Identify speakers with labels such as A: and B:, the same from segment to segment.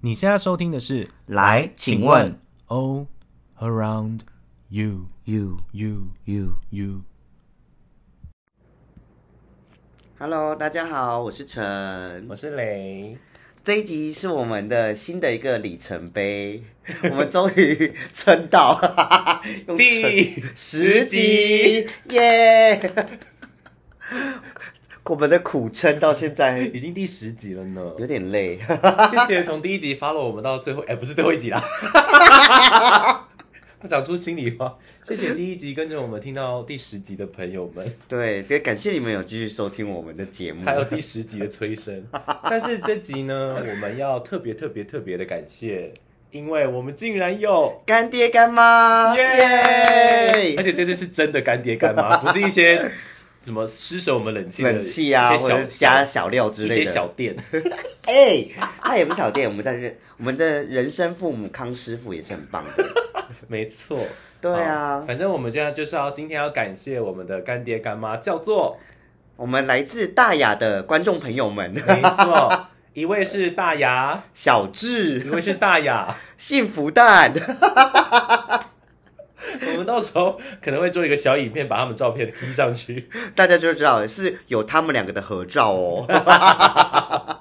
A: 你现在收听的是，
B: 来，请问
A: All Around You
B: you
A: You
B: you
A: You。
B: Hello，大家好，我是陈
C: 我。是雷，
B: 这一集是我们的新的一个里程 碑，我们终于撑到， 哈哈哈用
C: 第
B: 撑十集，耶！我们的苦撑到现在
C: 已经第十集了呢。
B: 有点累，
C: 谢谢从第一集 follow 我们到最后，哎、不是最后一集啦， 不讲出心里话。谢谢第一集跟着我们听到第十集的朋友们，
B: 对，这感谢你们有继续收听我们的节目。
C: 还有第十集的催生。但是这集 呢，我们要特别特别特别的感谢，因为我们竟然有。
B: 干爹干妈，
C: 耶！
B: 耶
C: 而！且这次是真的干爹干 妈，不是一些什么施舍我们冷气的
B: 冷气啊，
C: 一些
B: 或
C: 小
B: 者是加
C: 小
B: 小料之
C: 一
B: 类
C: 些
B: 的。
C: 小店。
B: 哎、他也不是小店，我们在人我们的人生父母康师傅也是很棒 的。
C: 没错，
B: 对
C: 好
B: 啊，
C: 反正我们现在就是要今天要感谢我们的干爹干妈，叫做
B: 我们来自大雅的观众朋友们，
C: 没错，一位是大 牙，
B: 小
C: 一
B: 智、
C: 位是大雅，
B: 幸福蛋，
C: 我们到时候可能会做一个小影片，把他们照片贴上去。
B: 大家就知道是有他们两个的合照哦。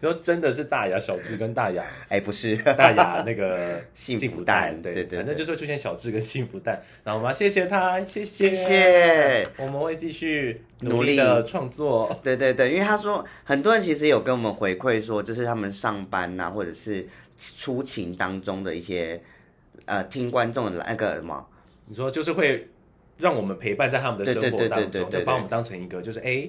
C: 然后真的是大牙小智跟大 牙
B: 哎、不是，
C: 大牙那个
B: 幸福蛋
C: 对
B: 对对对
C: 反正就是会出现小智跟幸福蛋。然后我们要谢谢他，谢谢
B: 谢。谢。
C: 我们会继续
B: 努
C: 努
B: 力
C: 力的创作，
B: 对对对，因为他说很多人其实有跟我们回馈说，就是他们上班呐、或者是出勤当中的一些呃，听观众的那个什么，
C: 你说就是会让我们陪伴在他们的生
B: 对对对
C: 活
B: 对
C: 当
B: 对对
C: 中，
B: 对
C: 就把我们当成一个就是哎，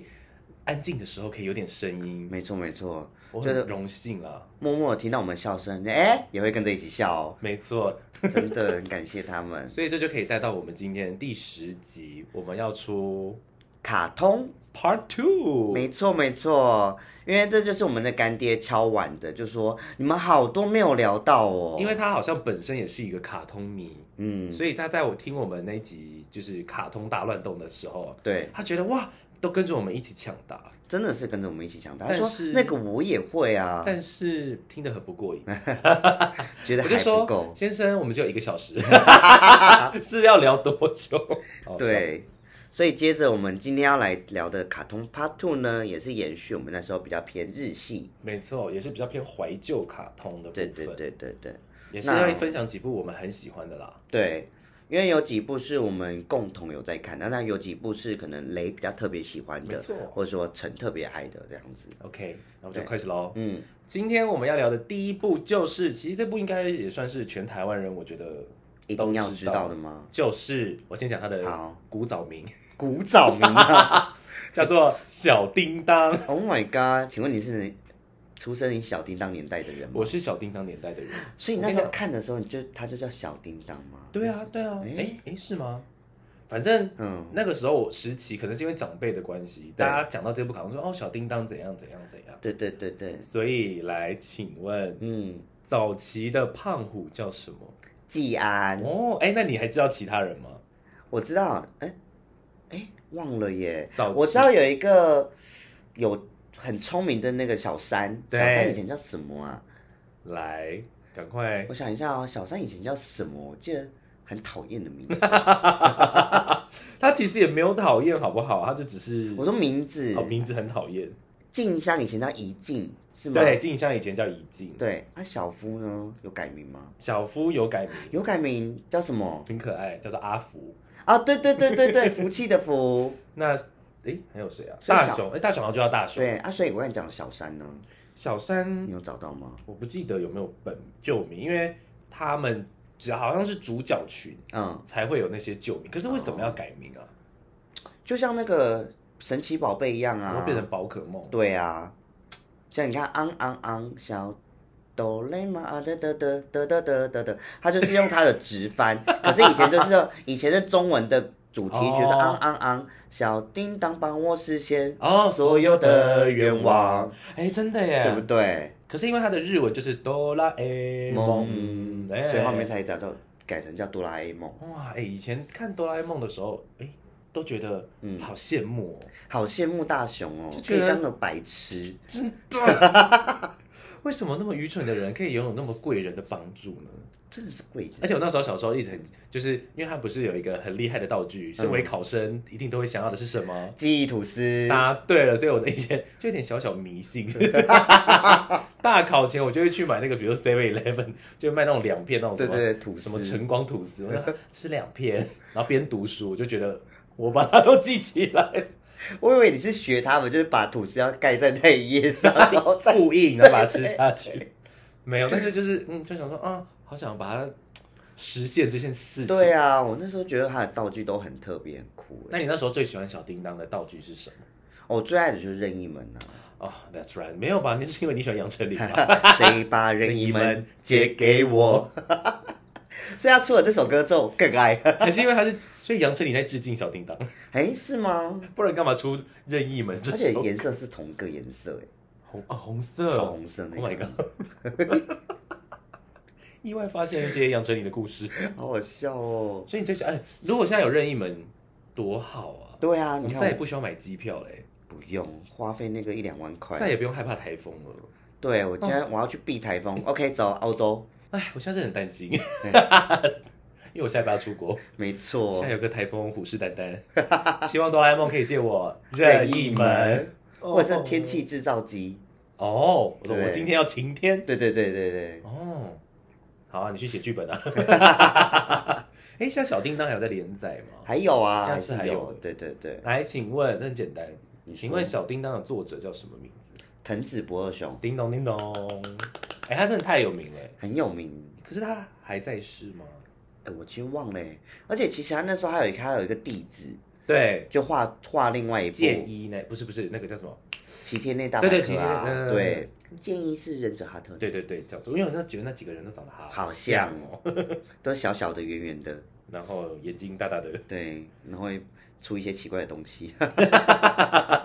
C: 安静的时候可以有点声音，
B: 没错没错，
C: 我
B: 就是
C: 很荣幸啊啦，
B: 默默地听到我们笑声，哎、也会跟着一起笑哦。
C: 没错，
B: 真的很感谢他们。
C: 所以这就可以带到我们今天第十集，我们要出
B: 卡通，
C: Part Two，
B: 没错没错，因为这就是我们的干爹敲碗的，就说你们好多没有聊到哦。
C: 因为他好像本身也是一个卡通迷，
B: 嗯，
C: 所以他在我听我们那一集就是卡通大乱斗的时候，
B: 对，
C: 他觉得哇，都跟着我们一起抢答，
B: 真的是跟着我们一起长大。他
C: 但
B: 说
C: 是
B: 那个我也会啊，
C: 但是听得很不过瘾。
B: 觉得
C: 我就
B: 还不
C: 说，
B: 够。
C: 先生，我们只有一个小 时， 是要聊多久？好，
B: 对，所以接着我们今天要来聊的卡通 Part Two 呢，也是延续我们那时候比较偏日系。
C: 没错，也是比较偏怀旧卡通的部
B: 对
C: 分，
B: 对对对对
C: 也是要分享几部我们很喜欢的啦。
B: 对。因为有几部是我们共同有在看，那那有几部是可能雷比较特别喜欢
C: 没
B: 的
C: 错，
B: 或者说陈特别爱的这样子。
C: OK，那我们就开始喽。
B: 嗯，
C: 今天我们要聊的第一部就是，其实这部应该也算是全台湾人，我觉得
B: 一定要
C: 都
B: 知
C: 知
B: 道
C: 道
B: 的吗？
C: 就是我先讲它的
B: 好
C: 古早名，
B: 古早名啊
C: 叫做小叮当。
B: ！Oh my god！请问你是出生于小叮当年代的人吗？
C: 我是小叮当年代的人。
B: 所以你那时候看的时候，你就他就叫小叮当吗？
C: 对 啊，对啊，
B: 诶
C: 哎、哎、是吗？反正
B: 嗯，
C: 那个时候时期可能是因为长辈的关系，大家讲到这部卡通说哦小叮当怎样怎样怎样，
B: 对对对对，
C: 所以来请问
B: 嗯，
C: 早期的胖虎叫什么？
B: 季安，
C: 哦，哎、那你还知道其他人吗？
B: 我知道，哎、哎、忘了耶
C: 早，期
B: 我知道有一个有很聪明的那个小三，小
C: 对
B: 三以前叫什么啊？
C: 来，赶快
B: 我想一下哦，小三以前叫什么？我记得很讨厌的名 字，
C: 他其实也没有讨厌，好不好？他就只是
B: 我说名字
C: 哦，，名字很讨厌。
B: 静香以前叫怡静是吗？
C: 对，静香以前叫怡静，
B: 对，那、小夫呢？有改名吗？
C: 小夫有改名，
B: 有改名叫什么？
C: 很可爱，叫做阿福。
B: 啊，对对对对对，福气的福。
C: 那哎，还有谁啊？
B: 所以小
C: 大雄，哎，大雄好像就叫大雄。
B: 对啊，所以我跟你讲小三呢，
C: 小三
B: 你有找到吗？
C: 我不记得有没有本旧名，因为他们只要好像是主角群
B: 嗯，
C: 才会有那些旧名，可是为什么要改名啊？
B: 就像那个神奇宝贝一样
C: 然
B: 啊
C: 后，变成宝可梦。
B: 对啊，像你看昂昂昂小。哆来嘛啊得得得得得得得得，他就是用他的直翻，可是以前都是以前的中文的主题曲是
C: 哦
B: 昂昂昂，小叮当帮我实现
C: 哦
B: 所有的愿望，，
C: 哎，真的耶，
B: 对不对？
C: 可是因为它的日文就是哆啦 A 梦
B: 梦，，
C: 哎
B: 嗯所以后面才改叫改成叫哆啦 A 梦，
C: 哇，哎，以前看哆啦 A 梦的时候，哎，都觉得
B: 嗯
C: 好羡 慕哦，
B: 好羡慕大雄哦
C: 就，
B: 可
C: 觉
B: 以
C: 得
B: 当个白痴，
C: 真的。为什么那么愚蠢的人可以拥有那么贵人的帮助呢？
B: 真的是贵人。
C: 而且我那时候小时候一直很，就是因为他不是有一个很厉害的道具，身为考生一定都会想要的是什么？
B: 记忆吐司，
C: 答对了，所以我的一些就有点小小迷 信。大考前我就会去买那个，比如 Seven Eleven 就会卖那种两片那种什么
B: 对对对吐司
C: 啊什么晨光吐司，我就啊吃两片，然后边读书，我就觉得我把它都记起 来，
B: 我以为你是学他们，就是把吐司要盖在那一 页上，然后再
C: 复印，然后把它吃下去。没有，但是就是嗯，就想说啊，好想把它实现这件事情。
B: 对啊，我那时候觉得他的道具都很特别，很酷欸。哦
C: 那你那时候最喜欢小叮当的道具是什么？
B: 我最爱的就是任意门
C: 哦、t h a t s right，没有吧？那是因为你喜欢杨丞琳 吧？
B: 啊，谁把任意门借给我？ 所以他出了这首歌之后，我更爱。
C: 还是因为他是，所以杨丞琳在致敬小叮当，
B: 哎，是吗？
C: 不然干嘛出《任意门》这
B: 而且
C: 首
B: 颜色是同个颜色，哎，
C: 红啊红色
B: 桃红色那
C: ？Oh my
B: 个，
C: god！意外发现一些杨丞琳的故事，
B: 好好笑哦。
C: 所以你最喜哎，如果现在有任意门，多好啊！
B: 对啊，
C: 我
B: 你
C: 们
B: 看
C: 再也
B: 我
C: 不需要买机票嘞，
B: 不用花费那个一两万块，
C: 再也不用害怕台风了。
B: 对
C: 哦
B: 我今天我要去避台风、o k 走澳洲，
C: 哎，我现在真的很担心， 因为我下一拜要出国，
B: 没
C: 现
B: 错
C: 在。有个台风虎视眈眈， 希望哆啦 A 梦可以借我
B: 任
C: 任
B: 意
C: 意
B: 门
C: 门，
B: 或者是天气制造机，
C: 哦。我说
B: 对
C: 我今天要晴天
B: 对对对对对，
C: 哦。好啊，你去写剧本啊。 哎，现在小叮当还有在连载吗？
B: 还有啊，
C: 这
B: 还
C: 样是
B: 是
C: 还有
B: 有，
C: 的
B: 对对对，
C: 来，请问，这很简单，
B: 你说
C: 请问小叮当的作者叫什么名字？
B: 藤子不二雄
C: 叮咚叮咚，哎，他真的太有名了。
B: 很有名，
C: 可是他还在世吗？
B: 哎、我其实忘了欸，而且其实他那时候还有一他有一个弟子，
C: 对，
B: 就画画另外一部
C: 剑
B: 《
C: 一那不是不是那个叫什么？
B: 齐天内大
C: 对
B: 百
C: 对
B: 科》啊，
C: 齐天内呃
B: 对，建议是忍者哈特，
C: 对对对，叫做，因为我那觉得那几个人都长得好
B: 好
C: 像
B: 像
C: 哦，
B: 都小小的圆圆的，
C: 然后眼睛大大的。
B: 对，然后会出一些奇怪的东西。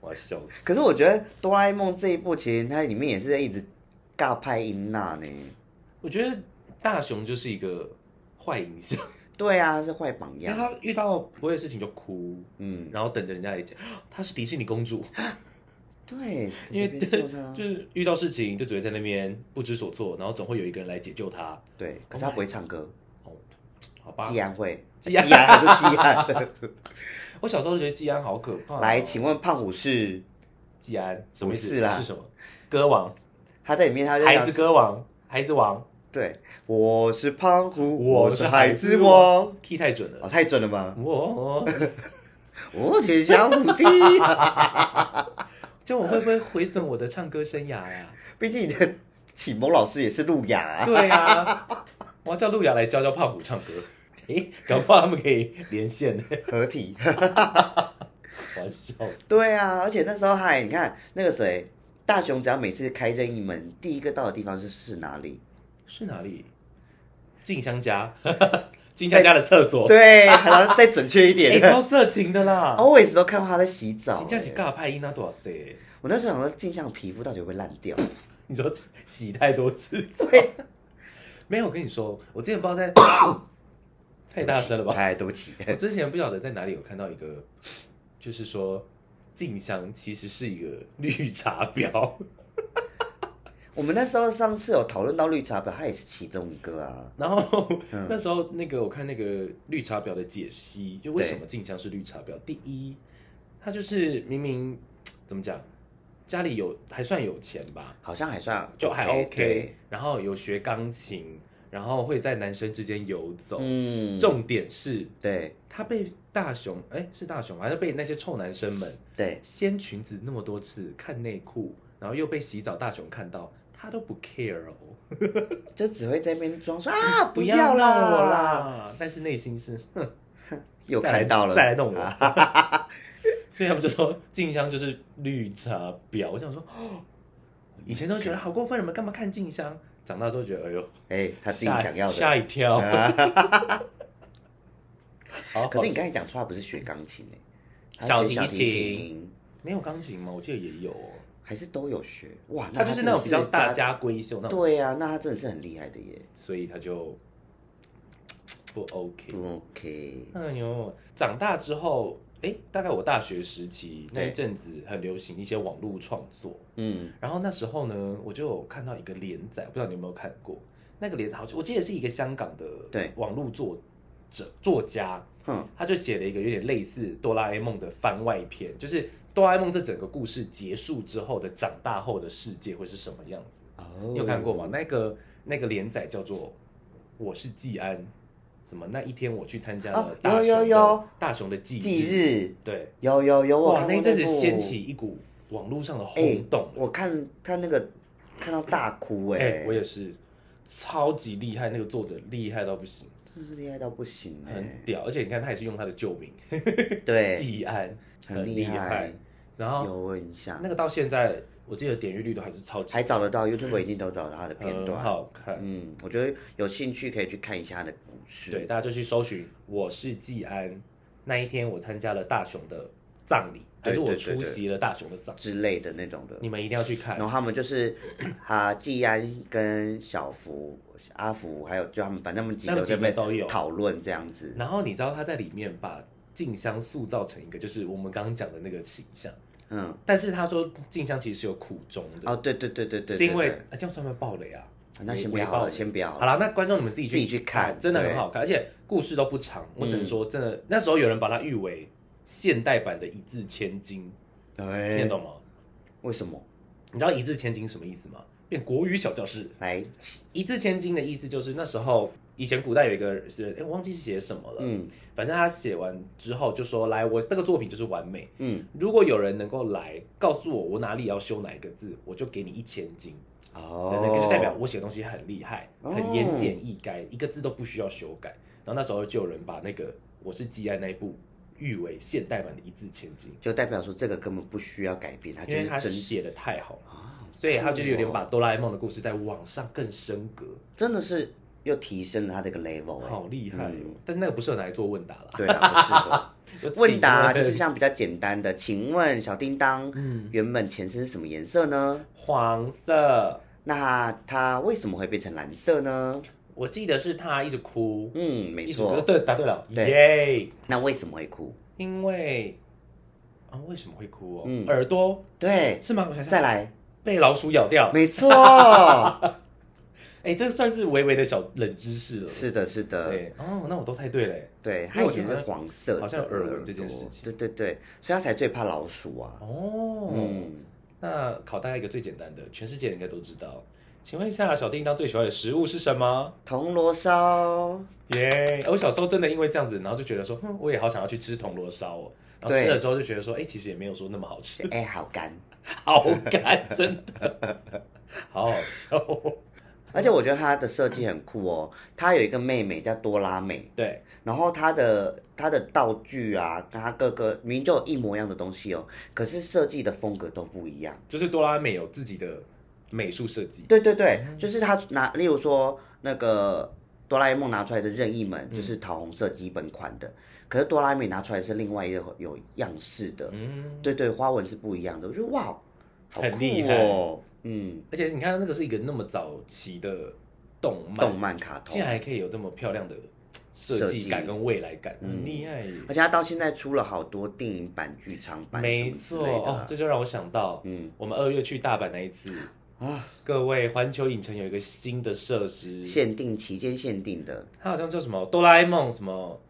C: 我要笑死！
B: 可是我觉得哆啦 A 梦这一部其实它里面也是在一直尬拍音娜呢，
C: 我觉得大雄就是一个坏影响，
B: 对啊，是坏榜
C: 因为
B: 样，
C: 他遇到不会的事情就哭，
B: 嗯，
C: 然后等着人家来讲，她是迪士尼公主，
B: 对，
C: 因为
B: 这边说他
C: 就是遇到事情就只会在那边不知所措，然后总会有一个人来解救她。
B: 对，可是他不会唱歌，
C: 哦，好吧
B: 季。安会，
C: 季安
B: 季安还 是季安。
C: 我小时候觉得季安好可怕哦、
B: 来，请问胖虎是
C: 季安什么意
B: 不
C: 思？
B: 是啦
C: 是什么？歌王，
B: 他在里面啊他就
C: 孩
B: 讲
C: 子歌王，孩子王
B: 对，我是胖虎，
C: 我
B: 我
C: 是
B: 是
C: 孩
B: 海
C: 之
B: 之王。
C: ，key 太准
B: 哦，
C: 了。
B: 太准了吧！哦
C: 我
B: 我天下无 敌。
C: 这样我会不会毁损我的唱歌生涯呀、
B: 毕竟你的启蒙老师也是路亚、啊，
C: 对呀、我要叫路雅来教教胖虎唱歌。诶，搞不好他们可以连线呢。
B: 合体。
C: 我要笑死。
B: 对啊，而且那时候还你看那个谁，大雄只要每次开任意门，第一个到的地方是是哪里？
C: 是哪里？静香家， 静香家的厕所。
B: 对，然后再准确一
C: 诶，
B: 点。
C: 哎超色情的啦。
B: always 都看到他在洗澡、
C: 静香是
B: 欸
C: 尬派音啊，多少岁？
B: 我那时候想说，镜像皮肤到底会不会烂 掉？
C: 你说洗太多次？
B: 对，
C: 啊没有，我跟你说，我之前不知道 在太大声了吧？
B: 哎，对不起，
C: 我之前不晓得在哪里有看到一个，就是说静香其实是一个绿茶 婊，
B: 我们那时候上次有讨论到绿茶婊，它也是其中一个啊。
C: 然后、
B: 嗯
C: 那时候那个我看那个绿茶婊的解析，就为什么静香是绿茶婊？第一，她就是明明怎么讲，家里有还算有钱吧，
B: 好像还算
C: 就还
B: OK，,
C: OK，, 然后有学钢琴，然后会在男生之间游走。
B: 嗯，
C: 重点是
B: 对
C: 她被大雄，哎、是大雄吗，还是被那些臭男生们
B: 对，
C: 掀裙子那么多次，看内裤，然后又被洗澡大雄看到，她都不 care 哦，
B: 就只会在那边装说啊不
C: 哎要
B: 要
C: 弄
B: 啦
C: 我，啦，但是内心是哼，
B: 又
C: 再来
B: 看到了，
C: 再来弄我。所以他们就说静香就是绿茶婊，我想说，哦以前都觉得好过分，你们干嘛看静香？长大之后觉得，哎呦，
B: 哎，他自己
C: 吓
B: 想要
C: 吓
B: 的。
C: 一 跳。 好，
B: 可是你刚才讲说他不是学钢琴哎、欸，
C: 哦小
B: 他学小
C: 提琴
B: 琴
C: 没有钢琴吗？我记得也有哦。
B: 还是都有学哇，
C: 他
B: 那
C: 就是
B: 真
C: 那
B: 的
C: 种比较大
B: 家，
C: 家闺秀那种，
B: 对啊，那他真的是很厉害的耶。
C: 所以他就不 OK。
B: 不 OK，
C: 哎呦，长大之后哎，大概我大学时期那一阵子很流行一些网络创作，
B: 嗯，
C: 然后那时候呢，我就有看到一个连载，不知道你有没有看过？那个连载好像，我记得是一个香港的
B: 对
C: 网络作者作家，
B: 哼，
C: 他就写了一个有点类似哆啦 A 梦的番外篇，就是哆啦 A 梦这整个故事结束之后的长大后的世界会是什么样子？
B: 哦
C: 你有看过吗？？那个那个连载叫做《我是季安》，什么那一天我去参加了
B: 哦
C: 大雄的、
B: 有有有
C: 大雄的忌
B: 忌日
C: 对，
B: 有有有，我
C: 哇，
B: 看
C: 那
B: 过
C: 一阵子
B: 部
C: 掀起一股网络上的
B: 哎
C: 轰动、
B: 我看看那个看到大哭哎、
C: 哎、我也是，超级厉害，那个作者厉害到不行，
B: 真是厉害到不行哎、
C: 很屌。而且你看，他也是用他的旧名
B: 对，
C: 季安，
B: 很
C: 厉
B: 厉害
C: 然
B: 有
C: 后
B: 问一下
C: 那，个到现在，我记得点阅率都还是超级
B: 还找得到 YouTube 一定都找到他的片
C: 很
B: 段，
C: 好看。
B: 嗯，我觉得有兴趣可以去看一下他的故事，
C: 对，，大家就去搜寻“我是季安”。那一天我参加了大雄的葬礼，还
B: 对
C: 是我
B: 对对
C: 出席了大雄的葬礼，
B: 之类的那种的。
C: 你们一定要去看
B: 然。后他们就是， 啊，季安跟小福、阿福，还有就他们，反正他们几
C: 他
B: 个
C: 们几
B: 在
C: 个
B: 那边
C: 都有
B: 讨论这样子，
C: 然后你知道他在里面把静香塑造成一个就是我们刚刚讲的那个形象，
B: 嗯，
C: 但是他说静香其实是有苦衷的。
B: 哦，对对对对对，
C: 是因为
B: 对
C: 啊，这样算不算暴雷啊？
B: 对那先不
C: 微
B: 要
C: 微
B: 好
C: 暴
B: 了，
C: 雷
B: 先不要
C: 好了，那观众你们自己去
B: 自己去看
C: 真的很
B: 对嗯
C: 好看，而且故事都不长。我只能说，真的、那时候有人把它誉为现代版的一字千金，听得
B: 哎，
C: 懂吗？
B: 为什么？
C: 你知道一字千金什么意思吗？变国语小教室。
B: 来，
C: 一字千金的意思就是那时候以前古代有一个人是，哎，我忘记是写什么了，
B: 嗯
C: 反正他写完之后就说，来，我这个作品就是完美。
B: 嗯，
C: 如果有人能够来告诉我我哪里要修哪一个字，我就给你一千金。
B: 哦，
C: 等等，就是代表我写的东西很厉害，
B: 哦
C: 很言简意赅，一个字都不需要修改。然后那时候就有人把那个《我是季安》那一部誉为现代版的一字千金，
B: 就代表说这个根本不需要改变，它啊就
C: 因为
B: 是
C: 他
B: 真
C: 写的太好了，
B: 啊，
C: 所以他就是有点把
B: 哦
C: 哆啦 A 梦的故事再往上更升格，
B: 真的是又提升了它这个 level，哎
C: 好厉害哦
B: 嗯！
C: 但是那个不适合拿来做问答啦，
B: 对啊，不 适合。
C: 就请
B: 问答就
C: 问
B: 是像比较简单的，请问小叮当
C: 嗯
B: 原本前身是什么颜色呢？
C: 黄色，
B: 那它为什么会变成蓝色呢？
C: 我记得是他一直哭，
B: 嗯，没
C: 一首歌
B: 错。
C: 对，答对了，
B: 对
C: 耶！
B: 那为什么会哭？
C: 因为啊，为什么会哭哦？
B: 嗯
C: 耳朵
B: 对，
C: 是吗？我想想
B: 再来，
C: 被老鼠咬掉。
B: 没错，
C: 哎、这算是微微的小冷知识了。
B: 是的，是的，
C: 对，哦，那我都猜对了耶。
B: 对，
C: 因
B: 它
C: 为
B: 以
C: 我觉
B: 前
C: 得
B: 是黄色的，
C: 好像有耳闻这件事情
B: 对对对，所以它才最怕老鼠啊。
C: 哦，
B: 嗯，
C: 那考大家一个最简单的，全世界人应该都知道。请问一下，小叮当最喜欢的食物是什么？
B: 铜锣 烧，
C: 耶、哎我小时候真的因为这样子，然后就觉得说，哼，我也好想要去吃铜锣烧哦。然后
B: 对
C: 吃了之后就觉得说，哎、其实也没有说那么好吃，
B: 哎，好干。
C: 好干， 真的，好好笑哦、
B: 而且我觉得它的设计很酷哦，它有一个妹妹叫多拉美，
C: 对，
B: 然后它的它的道具啊，跟它各个明明就有一模一样的东西哦，可是设计的风格都不一样。
C: 就是哆啦美有自己的美术设计。
B: 对对对，
C: 嗯
B: 就是他拿，例如说那个哆啦 A 梦拿出来的任意门，
C: 嗯
B: 就是桃红色基本款的，可是哆啦 A 梦拿出来是另外一个有样式的，
C: 嗯，
B: 对对，花纹是不一样的。我觉得哇，好
C: 很
B: 酷
C: 厉
B: 哦，嗯，
C: 而且你看，那个是一个那么早期的动漫，
B: 动漫卡
C: 竟
B: 通
C: 然，还可以有这么漂亮的设计感跟未来感，
B: 嗯
C: 很厉害耶。
B: 而且他到现在出了好多电影版、剧场版什
C: 没
B: 么之
C: 错
B: 类的
C: 哦
B: 啊，，
C: 这就让我想到，
B: 嗯
C: 我们二月去大阪那一次，
B: 啊，
C: 各位环球影城有一个新的设施，
B: 限定期间限定的，
C: 它好像叫什么哆啦 A 梦什么，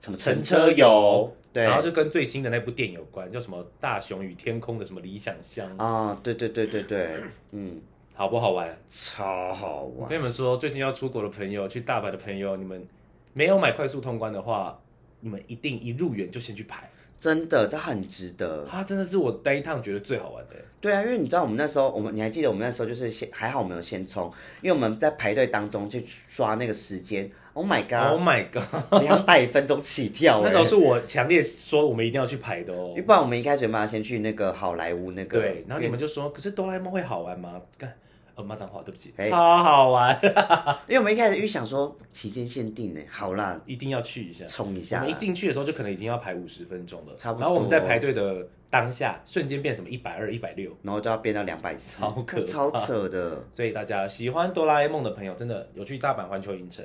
B: 什么
C: 乘
B: 乘
C: 车
B: 车
C: 游
B: 游，对
C: 然。后就跟最新的那部电影有关，叫什么大雄与天空的什么理想乡，
B: 啊，对对对对对，嗯，
C: 好不好玩？
B: 超好
C: 我
B: 玩，
C: 跟你们说，最近要出国的朋友，去大阪的朋友，你们没有买快速通关的话，你们一定一入园就先去排。
B: 真的，它很值得。
C: 它真的是我那一趟觉得最好玩的。
B: 对啊，因为你知道我们那时候，我们你还记得我们那时候就是先还好我们有先冲，因为我们在排队当中去刷那个时间，Oh my
C: Oh
B: god，
C: my god！
B: 两百、分钟起跳、
C: 那
B: 欸，
C: 时候是我强烈说我们一定要去排的哦
B: 因为。不然我们一开始嘛先去那个好莱坞那个，
C: 对，然后你们就说，可是哆啦 A 梦会好玩吗？干，呃，骂脏话，对不起，
B: 哎
C: 超好玩，
B: 因为我们一开始预想说期间限定呢、好啦，
C: 一定要去一下。
B: 冲一
C: 我
B: 下
C: 们一
B: 啦，
C: 进去的时候就可能已经要排五十分钟了，
B: 差不多
C: 然后我们在排队的当下，瞬间变什么一百二、一百六。
B: 然后就要变到两百四，
C: 好可怕
B: 超扯的，
C: 所以大家喜欢哆啦 A 梦的朋友，真的有去大阪环球影城，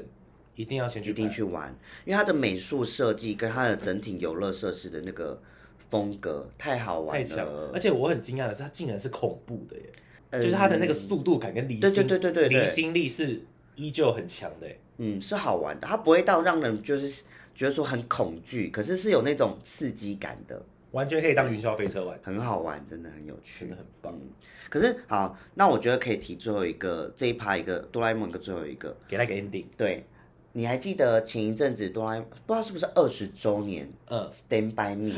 C: 一一定要先去
B: 一定
C: 看
B: 去玩，因为它的美术设计跟它的整体游乐设施的那个风格太好玩
C: 太强
B: 了，，
C: 而且我很惊讶的是，它竟然是恐怖的耶，
B: 嗯
C: 就是它的那个速度感跟离心，
B: 对对对对对对
C: 离心力是依旧很强的耶。
B: 嗯是好玩的，它不会到让人就是觉得说很恐惧，可是是有那种刺激感的，
C: 完全可以当云霄飞车玩，
B: 很好玩，真的很有趣，
C: 真的很棒。
B: 嗯可是好，那我觉得可以提最后一个这一趴一个哆啦 A 梦一个最后一个，
C: 给它一个 ending，
B: 对，你还记得前一阵子哆啦 A 梦不知道是不是二十周年
C: 嗯，
B: Stand by Me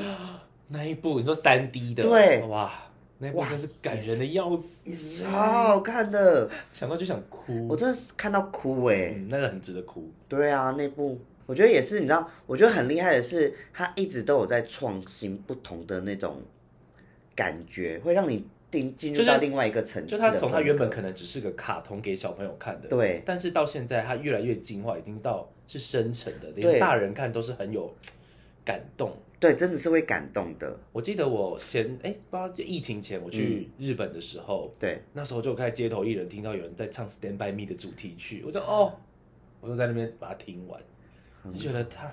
C: 那一部你说三 D 的，
B: 对
C: 哇，那一部
B: 哇
C: 真是感人的要死，
B: 也是超好看的，
C: 想到就想哭，
B: 我真的是看到哭哎、
C: 嗯，那个很值得哭，
B: 对啊，那部我觉得也是，你知道，我觉得很厉害的是，他一直都有在创新不同的那种感觉，会让你定进入
C: 就是
B: 到另外一个层次
C: 就
B: 的
C: 它从它原本
B: 风格
C: 可能只是个卡通给小朋友看的，
B: 对
C: 但是到现在它越来越进化，已经到是深沉的，连
B: 对
C: 大人看都是很有感动。
B: 对，真的是会感动的，
C: 我记得我前哎、不知道就疫情前我去
B: 嗯
C: 日本的时候，
B: 对，
C: 那时候就开始街头艺人听到有人在唱《Stand by Me》的主题曲，我
B: 啊
C: 就哦，我就在那边把它听完，
B: 嗯
C: 就觉得它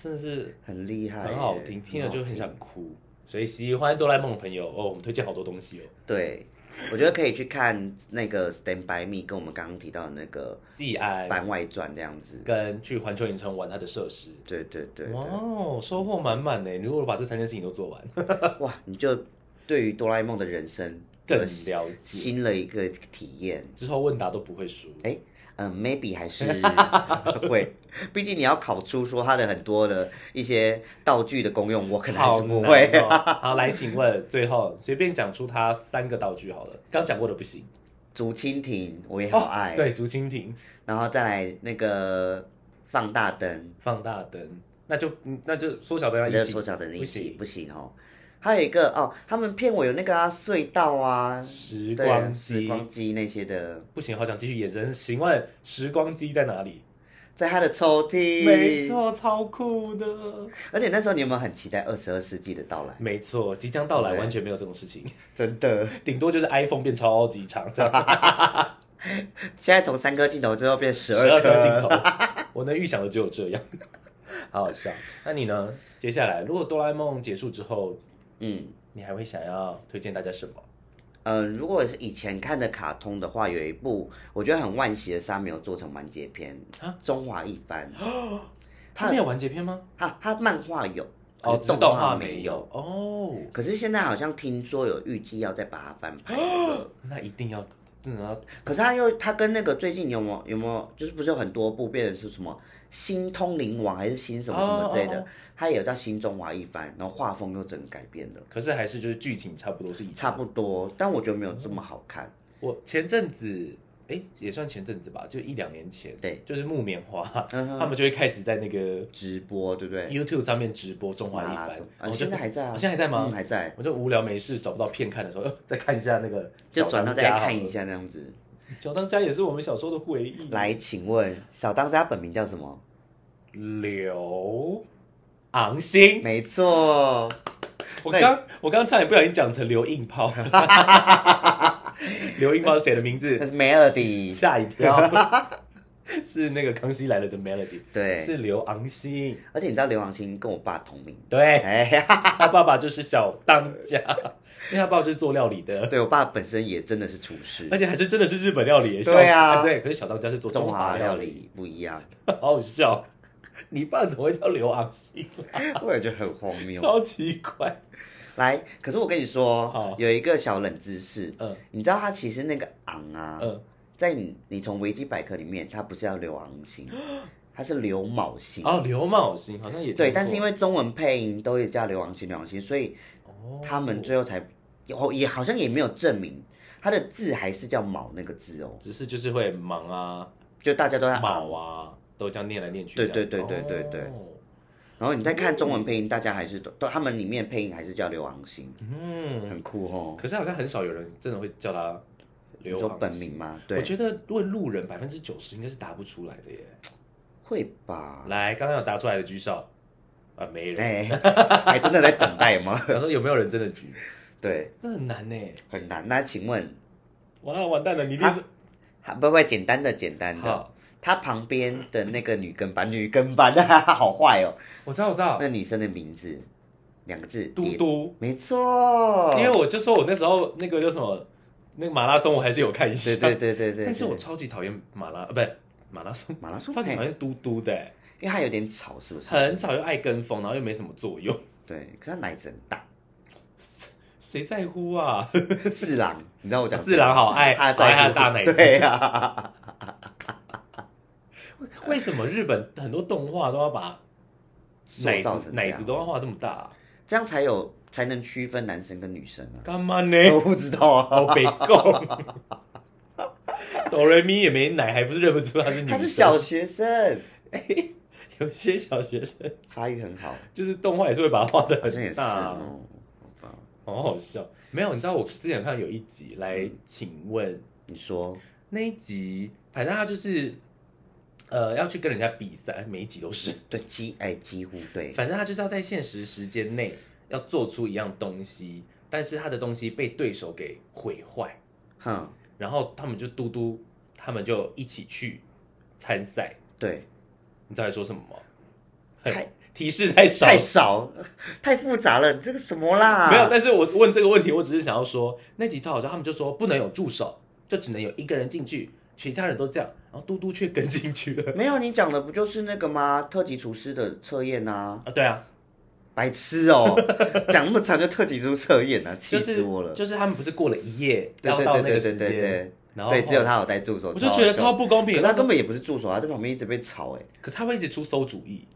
C: 真的是
B: 很厉害耶，
C: 很好听，听了就很
B: 好
C: 想哭。所以喜欢哆啦 A 梦的朋友哦，我们推荐好多东西哦，
B: 对。我觉得可以去看那个《Stand by Me》，跟我们刚刚提到的那个
C: 季安
B: 《番外传》这样子。
C: 跟去环球影城玩它的设施。
B: 对对对
C: 哇哦，收获满满呢！如果把这三件事情都做 完，
B: 对，哇！你就对于哆啦 A 梦的人生
C: 更
B: 有
C: 了解，
B: 新的一个体验。
C: 之后问答都不会输。
B: 哎，嗯，maybe 还是呃会，毕竟你要考出说它的很多的一些道具的功用，我可能还
C: 好
B: 是不
C: 难
B: 会。
C: 哦。好，来，请问最后随便讲出它三个道具好了，刚讲过的不行。
B: 竹蜻蜓我也好哎爱，
C: 哦对，竹蜻蜓、
B: 然后再来那个放大灯，
C: 放大灯，那就嗯那就缩小灯要
B: 那
C: 一起，
B: 缩小灯一
C: 不
B: 起
C: 行，
B: 不行哦。还有一个哦，他们骗我有那个啊隧道啊，
C: 时光
B: 对，
C: 机
B: 时光机那些的，
C: 不行，好想继续延伸。请问时光机在哪里？
B: 在他的抽屉。
C: 没，错，超酷的。
B: 而且那时候你有没有很期待二十二世纪的到来？
C: 没错，即将到来，
B: 对
C: 完全没有这种事情，
B: 真的，
C: 顶多就是 iPhone 变超级长这样，
B: 现在从三颗镜头之后变十
C: 十二
B: 二
C: 颗镜头，我能预想的只有这样， 好好笑。那你呢？接下来如果哆啦 A 梦结束之后，
B: 嗯。
C: 你还会想要推荐大家什么？
B: 嗯，如果是以前看的卡通的话，有一部我觉得很惋惜的是它没有做成完结篇，
C: 啊
B: 中华一番》
C: 它没有完结篇吗？
B: 它它漫画有，
C: 哦，
B: 可
C: 只
B: 是
C: 是
B: 动
C: 动画
B: 没
C: 没有。哦。
B: 可是现在好像听说有预计要再把它翻拍了，
C: 那一定要，真的要
B: 可是它又它跟那个最近有没有有没有就是不是有很多部变成是什么新通灵王还是新什么什么之类的，
C: 哦哦哦
B: 它也有叫新中华一番，然后画风又整个改变了，
C: 可是还是就是剧情差不多是以前
B: 差不多，但我觉得没有这么好看。
C: 我前阵子，哎、也算前阵子吧，就一两年前，
B: 对，
C: 就是木棉花，
B: 嗯哼
C: 他们就会开始在那个
B: 直播对不对？
C: YouTube 上面直播中华一
B: 马拉
C: 番
B: 松，
C: 然后
B: 啊，
C: 就
B: 现在还在啊？
C: 哦现在还在吗
B: 嗯，还在。
C: 我就无聊没事找不到片看的时候， 呃再看一下那个
B: 就转到
C: 到
B: 再看一。下那样子。
C: 小当家也是我们小时候的回忆。
B: 来，请问小当家本名叫什么？
C: 刘昂星，
B: 没错，
C: 我
B: 对
C: 刚我刚差点不小心讲成刘硬 炮，刘硬炮是谁的名
B: 那
C: 字？
B: 是 Melody。
C: 吓一 跳，是那个《康熙来了》的 Melody。
B: 对，
C: 是刘昂星，
B: 而且你知道刘王星跟我爸同名。
C: 对
B: 哎呀，
C: 他爸爸就是小当 家，因为他爸爸就是做料理的，
B: 对我爸本身也真的是厨师
C: 而，且还是真的是日本料理耶，
B: 对啊
C: 笑死对，可是小当家是做
B: 中
C: 中
B: 华
C: 华
B: 料
C: 料
B: 理
C: 理，
B: 不一样，
C: 好好笑。你爸怎么会叫刘昂星啊、
B: 我也觉得很荒 谬。
C: 超奇怪。
B: 来，可是我跟你说
C: 好，
B: 有一个小冷知识，
C: 嗯
B: 你知道他其实那个昂啊，
C: 嗯，
B: 在你你从维基百科里面，他不是叫刘昂 星，他是刘卯星。
C: 哦，刘茂星好像也听
B: 对，
C: 过
B: 但是因为中文配音都也叫刘昂星、刘昂星，所以
C: 哦
B: 他们最后才哦，也好像也没有证明他的字还是叫“卯”那个字哦，
C: 只是就是会忙啊、
B: 就大家都在
C: 卯。啊，都这样念来念去这
B: 对
C: 样。
B: 对对对对对
C: 哦
B: 然后你再看中文配音，大家还是都都他们里面配音还是叫刘昂星，
C: 嗯，
B: 很酷哦。
C: 可是好像很少有人真的会叫他
B: 你
C: 刘
B: 说
C: 昂
B: 本
C: 星
B: 名吗？
C: 我
B: 对，
C: 觉得问路人百分之九十应该是答不出来的耶。
B: 会吧？
C: 来，刚刚有答出来的举手，啊，没人。
B: 啊哎，还真的在等待吗？
C: 他说有没有人真的举？
B: 对，
C: 这很难呢。
B: 很难。那请问，
C: 完了，完蛋了，你一定是
B: 好不不，简单的简单的
C: 好。
B: 他旁边的那个女跟班，女跟班， 好坏哦。
C: 我知道，我知道，
B: 那女生的名字两个字，
C: 嘟
B: 也
C: 嘟，
B: 没错。
C: 因为我就说我那时候那个叫什么，那个马拉松我还是有看一下，
B: 对对对对对，
C: 但是我
B: 对
C: 超级讨厌马拉，呃，不是马拉松，
B: 马拉松
C: 超级
B: 嘿
C: 讨厌嘟嘟的、欸，
B: 因为他有点吵，是不是？
C: 很吵又爱跟风，然后又没什么作用，
B: 对，可是他奶子很大。
C: 谁在乎啊？
B: 四郎，你知道我讲
C: 哦四郎好爱
B: 他
C: 好爱他
B: 在
C: 的大奶子
B: 对啊，
C: 为什么日本很多动画都要把奶
B: 塑造
C: 子
B: 成这样
C: 奶子都要画这么大、啊？
B: 这样才有才能区分男生跟女生啊。
C: 干嘛呢？
B: 我不知道啊，
C: 好北共。哆瑞咪也没奶，还不是认不出她是女
B: 他
C: 生？
B: 是小学生，
C: 有些小学生
B: 发育很好，
C: 就是动画也是会把它画的
B: 好像也
C: 很
B: 是
C: 大、
B: 哦。好吧
C: 好好笑。没有，你知道我之前看有一集来，请问
B: 你说
C: 那一集，反正他就是呃要去跟人家比赛，每一集都是，
B: 对几哎几乎对，
C: 反正他就是要在限时时间内要做出一样东西，但是他的东西被对手给毁坏，
B: 哼
C: 然后他们就嘟嘟，他们就一起去参赛。
B: 对，
C: 你知道在说什么吗？
B: 太
C: 提示太少了，
B: 太少太复杂了，你这个什么啦？
C: 没有，但是我问这个问题，我只是想要说，那集超好笑，他们就说不能有助手，就只能有一个人进去，其他人都这样，然后嘟嘟却跟进去了。
B: 没有你讲的不就是那个吗？特级厨师的测验啊，
C: 啊，对啊，
B: 白痴哦， 讲那么长就特级厨师测验啊，气
C: 就
B: 死
C: 是
B: 我了。
C: 就是他们不是过了一夜，
B: 对
C: 然后
B: 对
C: 到
B: 对
C: 那个
B: 对
C: 时
B: 对对
C: 间，
B: 对，
C: 然后
B: 对只有，他有带助手，
C: 我就觉得
B: 好笑
C: 超不公
B: 可
C: 平。
B: 是他
C: 然后
B: 根本也不是助手啊，他在旁边一直被吵哎、
C: 可他会一直出馊主意。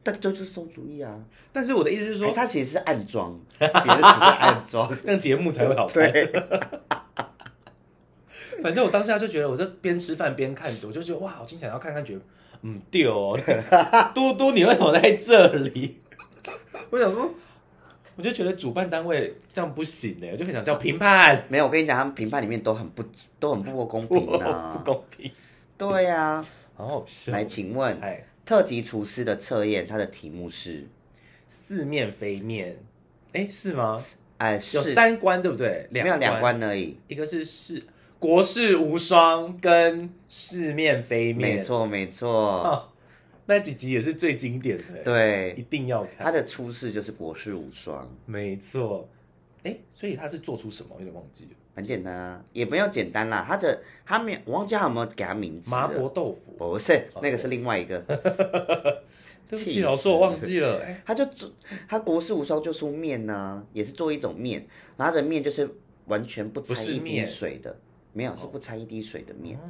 B: 但就是馊主意啊！
C: 但是我的意思是
B: 还
C: 说
B: 是，他其实是暗装，别的只是暗装。
C: 让节目才会好看。
B: 对，
C: 反正我当下就觉得，我就边吃饭边看，我就觉得哇，我经常要看看，觉得嗯丢哦，嘟嘟你为什么在这里？ 我想说，我就觉得主办单位这样不行呢，欸我就很想叫评判，
B: 没有，我跟你讲，他们评判里面都很不都很不公平
C: 不
B: 啊。
C: 公平，
B: 对啊，
C: 好好笑。
B: 来，请问
C: 哎，
B: 特级厨师的测验，它的题目是？
C: 四面飞面，哎是吗？
B: 哎，
C: 有
B: 是
C: 三关对不对？
B: 没有两
C: 关，
B: 关而已。
C: 一个是世国士无双跟四面飞面，
B: 没错，没错，
C: 哦，那几集也是最经典的，，一
B: 对，
C: 定要看。
B: 他的出世就是国士无双，
C: 没错，哎，所以他是做出什么？我有点忘记了。
B: 很简单啊，也没有简单啦。他的他没有，我忘记他有没有给他名字了。
C: 麻婆豆腐，
B: 不是，那个是另外 一个。
C: 对不
B: 气
C: 起，
B: 死
C: 老师，我忘记了。哎，
B: 他就做他国士无双就出面呢、也是做一种面，然后他的面就是完全不
C: 不
B: 掺
C: 是
B: 一滴
C: 面
B: 水的，没有是不掺一滴水的面，
C: 哦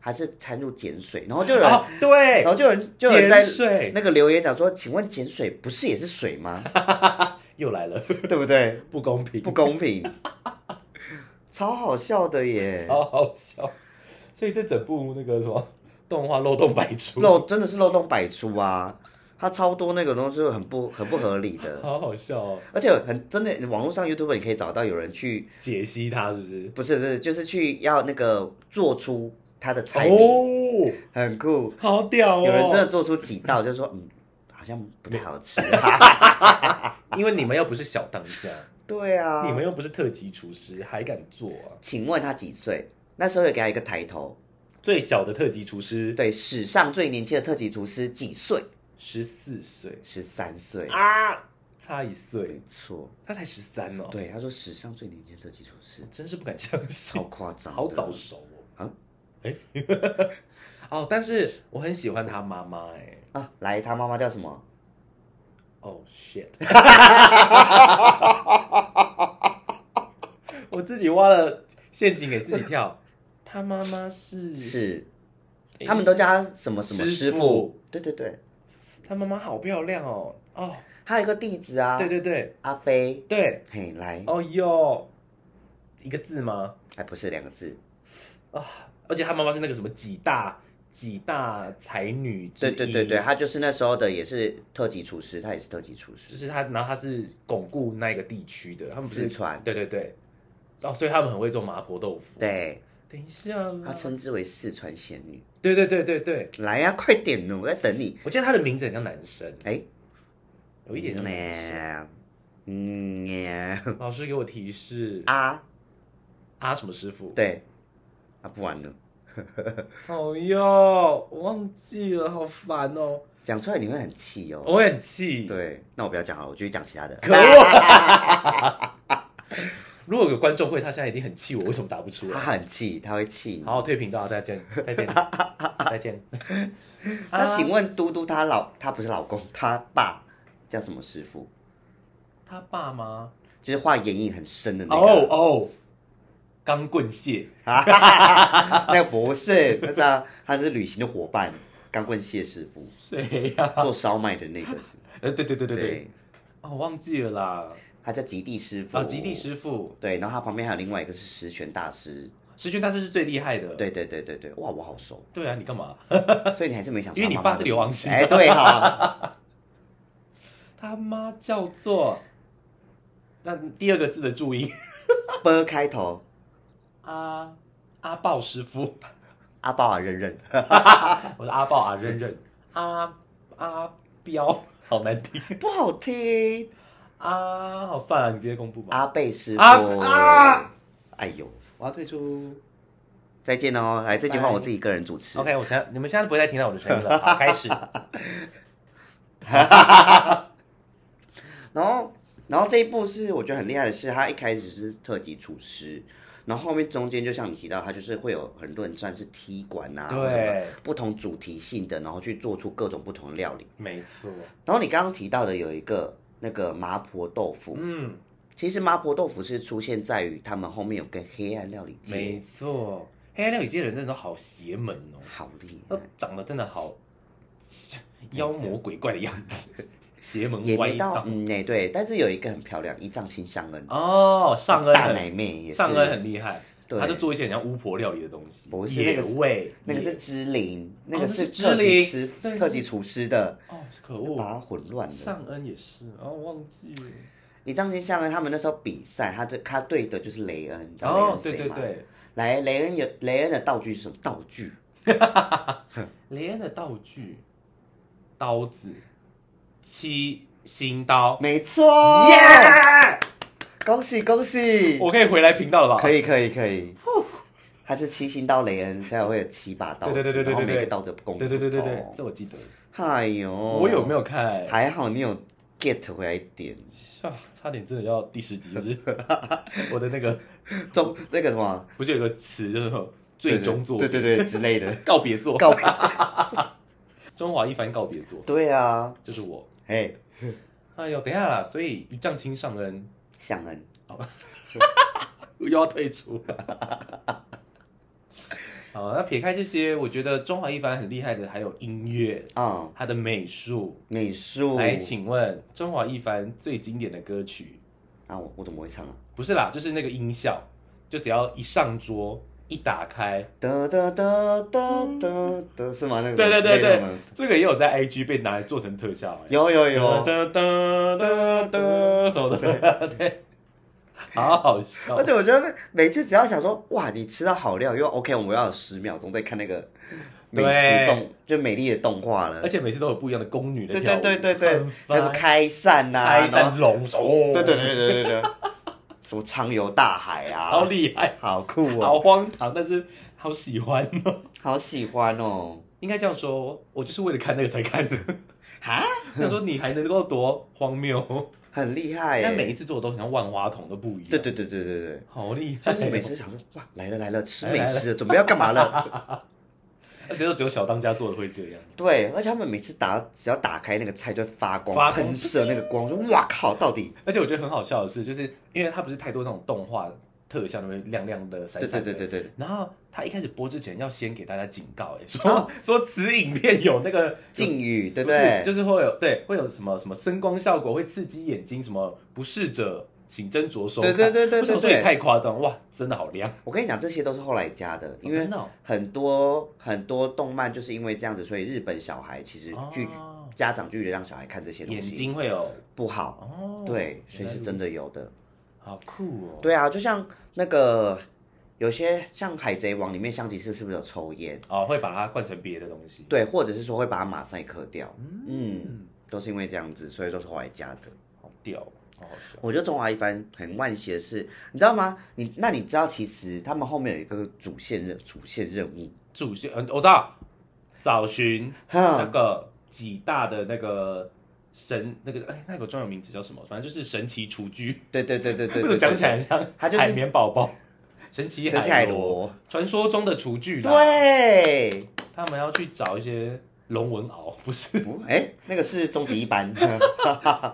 B: 还是掺入碱水，然后就有人，
C: 哦，对
B: 然，后就有人就有人
C: 碱
B: 在
C: 水
B: 那个留言讲说，请问碱水不是也是水吗？
C: 又来了，
B: 对不对？
C: 不公平，
B: 不公平， 超好笑的 耶！
C: 好好笑。所以这整部那个什么动画漏洞百出，
B: 漏真的是漏洞百出啊，他超多那个东西是很不很不合理 的，
C: 好好笑哦。
B: 而且很真的网络上 YouTube 你可以找到有人去
C: 解析它是不是？
B: 不是不是，就是去要那个做出他的菜名，
C: 哦，
B: 很酷。
C: 好屌哦！
B: 有人真的做出几道，就说嗯，好像不太好吃。啊
C: 因为你们又不是小当家，
B: 对啊，
C: 你们又不是特级厨师，还敢做啊？
B: 请问他几岁？那时候也给他一个抬头，
C: 最小的特级厨师
B: 对，史上最年轻的特级厨师几岁？
C: 十四岁
B: 十三岁，
C: 啊，差一
B: 没
C: 岁，
B: 错。
C: 他才十三哦。
B: 对，他说史上最年轻的特级厨 师，
C: 真是不敢相
B: 好
C: 信，
B: 夸张，
C: 好早。熟哦。
B: 啊，
C: 哎， 哦，但是我很喜欢他妈妈哎。
B: 啊！来，他妈妈叫什么？
C: 哦、shit！我自己挖了陷阱给自己跳。他妈妈是，
B: 是，他们都叫他什么什么
C: 嗯师
B: 师
C: 傅
B: 傅？对对对，
C: 他妈妈好漂亮哦。哦，
B: 还有一个弟子啊，
C: 对对对
B: 阿飞。
C: 对，
B: 嘿，来，
C: 哦哟，一个字吗？
B: 哎，不是两个字，
C: 啊、而且他妈妈是那个什么几大几大才女之
B: 对
C: 一，
B: 对对对，，他就是那时候的，也是特级厨师，他也是特级厨
C: 就
B: 师。
C: 是他，然后他是巩固那个地区的，他们不
B: 四
C: 是
B: 川，
C: 对对对，哦，所以他们很会做麻婆豆腐。，
B: 对，
C: 等一下
B: 他
C: 啦，
B: 称之为四川仙女。
C: 对对对对对，
B: 来呀、快点哦，我在等你。
C: 我记得他的名字很像男生，
B: 哎，
C: 有一点像男生。
B: 嗯嗯呀
C: 老师给我提示，
B: 啊，
C: 啊什么师傅？
B: 对，啊，不玩了，
C: 好哟，我哎忘记了，好烦哦，
B: 讲出来你会很气哦。
C: 我很气。，
B: 对，那我不要讲好了，我继续讲其他的。
C: 可恶！如果有观众会，他现在一定很气我，为什么答不出
B: 他
C: 来？
B: 很气，他会气你。
C: 好，退频道，再见，再 见，再见。 啊
B: 那请问嘟嘟她老，她不是老公，她爸叫什么师傅？
C: 他爸吗？
B: 就是画眼影很深的那
C: 哦
B: 个。
C: 哦，钢棍蟹，
B: 那个不是，那是他，他是旅行的伙伴，钢棍蟹师傅，
C: 谁呀？
B: 做烧麦的那个师傅。
C: 呃，对对 对对对
B: 对，，
C: 哦，我忘记了啦。
B: 他叫极地师傅。
C: 啊，极地。师傅，
B: 对，然后他旁边还有另外一个是十全 大师。
C: 石泉大师是最厉害的。
B: 对对对对对，哇，我好熟，
C: 对啊，你干嘛？
B: 所以你还是没想出
C: 因为你
B: 他妈妈
C: 爸是
B: 的
C: 流亡星
B: 哎，对哈，
C: 他妈叫做，那第二个字的注音
B: b 开头，
C: 阿阿豹师傅，
B: 阿豹啊，认认，
C: 我是阿豹啊，认认 阿阿彪，好难 听
B: 不好听。
C: 啊，好算了，你直接公布吧。
B: 阿贝师傅，
C: 啊啊
B: 哎呦，
C: 我要退出。
B: 再见哦！来，这句话
C: 拜
B: 我自己个人主持。
C: OK，我现在你们现在不会再听到我的声音了， 好，开始。
B: 然后，然后这一部是我觉得很厉害的是，他一开始是特级厨师，然后后面中间就像你提到，他就是会有很多人算是踢馆啊，或什么
C: 对，
B: 不同主题性的，然后去做出各种不同的料理。
C: 没错。
B: 然后你刚刚提到的有一个那个麻婆豆腐，
C: 嗯，
B: 其实麻婆豆腐是出现在于他们后面有跟黑暗料理
C: 没
B: 界，
C: 错。黑暗料理界的人真的都好邪门哦，
B: 好厉害
C: 都，长得真的好妖魔鬼怪的哎样子，邪门
B: 也
C: 歪
B: 没到
C: 道。
B: 嗯哎、对，但是有一个很漂亮，一丈青香恩，
C: 哦，上恩
B: 大
C: 很
B: 奶妹也是，
C: 上恩很厉害，
B: 对
C: 他就做一些很像巫婆料理的东西，
B: 不是
C: 野
B: 那个是
C: 味，
B: 那个是
C: 野
B: 芝林，那个
C: 哦那是
B: 特
C: 芝
B: 级
C: 林
B: 师
C: 对
B: 特级厨师的，
C: 哦，可
B: 把
C: 恶，
B: 它混乱了。
C: 上恩也是，哦，忘记了，
B: 你张先相呢？他们那时候比赛，他这他对的就是雷恩，你知道雷
C: 哦
B: 恩，
C: 对
B: 谁
C: 对
B: 吗？
C: 对，
B: 来，雷恩有雷恩的道具是什么？道具
C: 雷恩的道具，刀子，七星刀，
B: 没错，
C: 耶！
B: 恭喜恭喜，
C: 哦我可以回来频道了吧？
B: 可以可以可以。他是七星刀雷恩，现在会有七把刀子，
C: 哦对对对对对对
B: 然后每个刀子不共
C: 对对对对对，
B: 不
C: 这
B: 同
C: 我记得。
B: 哎呦，
C: 我
B: 我
C: 有没有看？
B: 还好你有 get 回来一点，
C: 啊， 差点真的要第十集，就是 我的那个
B: 中那个什么
C: 不是有个词叫做“最终作”
B: 对对对对之 类的
C: 告别作，
B: 告别。
C: 中华一番告别作，
B: 对啊，
C: 就是我。
B: 嘿，
C: 哎呦，等一下啦，所以一丈青上恩
B: 向恩，
C: 又要退出。 好，那撇开这些，我觉得中华一番很厉害的还有音乐，
B: 啊、
C: 它的美术。
B: 美术，
C: 来，请问中华一番最经典的歌曲
B: 啊，我我怎么会唱啊？
C: 不是啦，就是那个音效，就只要一上桌一打开，
B: 哒哒哒哒哒哒，是吗？那个
C: 对对
B: 之类
C: 对
B: 的
C: 对
B: 吗，
C: 这个也有在 IG 被拿来做成特效、欸，
B: 有有
C: 哒
B: 有。
C: 哒哒哒哒什么的， 对，好好笑
B: 而。且我觉得每次只要想说，哇，你吃到好料，又 OK，我们要有十秒钟在看那个美食
C: 对
B: 动，就美丽的动画了
C: 而。且每次都有不一样的宫女的
B: 对
C: 跳
B: 对
C: 舞，
B: 对对对
C: 很，
B: 那个
C: 烦啊
B: 开扇呐、
C: 开
B: 然
C: 山
B: 后
C: 龙哦，
B: 对对对对对对 对，什么畅游大海啊，
C: 超厉害，
B: 好酷
C: 好
B: 哦，
C: 荒唐，但是好喜欢哦。
B: 好喜欢哦。
C: 应该这样说，我就是为了看那个才看 的。
B: 哈，
C: 他说你还能够多荒谬？
B: 很厉害耶。
C: 但每一次做的都很像万花筒，都不一样。
B: 对对对对对对。
C: 好厉害！
B: 就是每次哎想说，哇，来了来了，吃
C: 来了
B: 美
C: 来了
B: 食了，准备要干嘛了？
C: 而且都只有小当家做的会这样。
B: 对，而且他们每次打只要打开那个菜就会发光，
C: 发光
B: 喷射那个光，我说哇靠，到 底
C: 而且我觉得很好笑的是，就是因为它不是太多那种动画特效，那么亮亮的、闪
B: 对对
C: 闪的。
B: 对对对，
C: 然后他一开始播之前要先给大家警告， 哎，说说此影片有那个
B: 禁语对
C: 不
B: 不
C: 是
B: 对？
C: 就是会有对会有什么什么声光效果会刺激眼睛，什么不适者请斟酌收看。
B: 对对对对
C: 我想说
B: 对对
C: 也太夸张哇，真的好亮，
B: 我跟你讲，这些都是后来加的，因为
C: 真的哦
B: 很多很多动漫就是因为这样子，所以日本小孩其实拒绝、
C: 哦
B: 家长拒绝让小孩看这些东
C: 眼
B: 西，
C: 睛会有
B: 不好。
C: 哦，
B: 对，所以是真
C: 的
B: 的有的。
C: 好酷哦。
B: 对啊，就像那个有些像《海贼王》里面香吉士是不是有抽烟？
C: 哦，会把它换成别的东西。
B: 对，或者是说会把马赛克掉。嗯
C: 嗯，
B: 都是因为这样子，所以都是后来加的。
C: 好屌哦。好好笑。
B: 我觉得中华一番很惋惜的是，你知道吗？你那你知道其实他们后面有一个主线任主线任务，
C: 主线，嗯，我知道，找寻那
B: 哈，
C: 个几大的那个神，那个哎，那个专有名词叫什么？反正就是神奇厨具。
B: 对对对对对
C: 为什
B: 对，
C: 么 讲起来很哦像
B: 它就是
C: 海绵宝宝？神奇
B: 神奇海
C: 螺，
B: 螺，
C: 传说中的厨具啦。，
B: 对，
C: 他们要去找一些龙纹螯， 不是，
B: 不，哎，那个是终极 一班，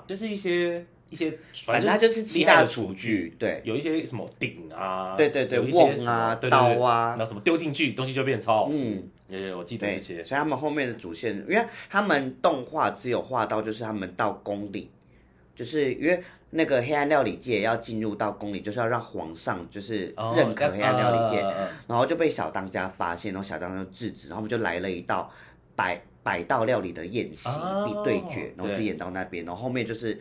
C: 就是一些一些，
B: 反正
C: 它
B: 它就是七大厨具，对，
C: 有一些什么鼎啊，
B: 对对对
C: 有一些
B: 瓮啊
C: 什么对对对
B: 刀啊
C: 然后什么丢进去东西就变超好吃。
B: 嗯，
C: 有有，我记得
B: 对，
C: 这
B: 所以
C: 些。
B: 他们后面的主线，因为他们动画只有画到就是他们到宫里，就是因为那个黑暗料理界要进入到宫里，就是要让皇上就是
C: 哦
B: 认可黑暗料理界，
C: 呃呃
B: 然后就被小当家发现，然后小当家就制止，然后我们就来了一道百百道料理的宴席
C: 哦
B: 比对决，然后自己演到那边，然后后面就是。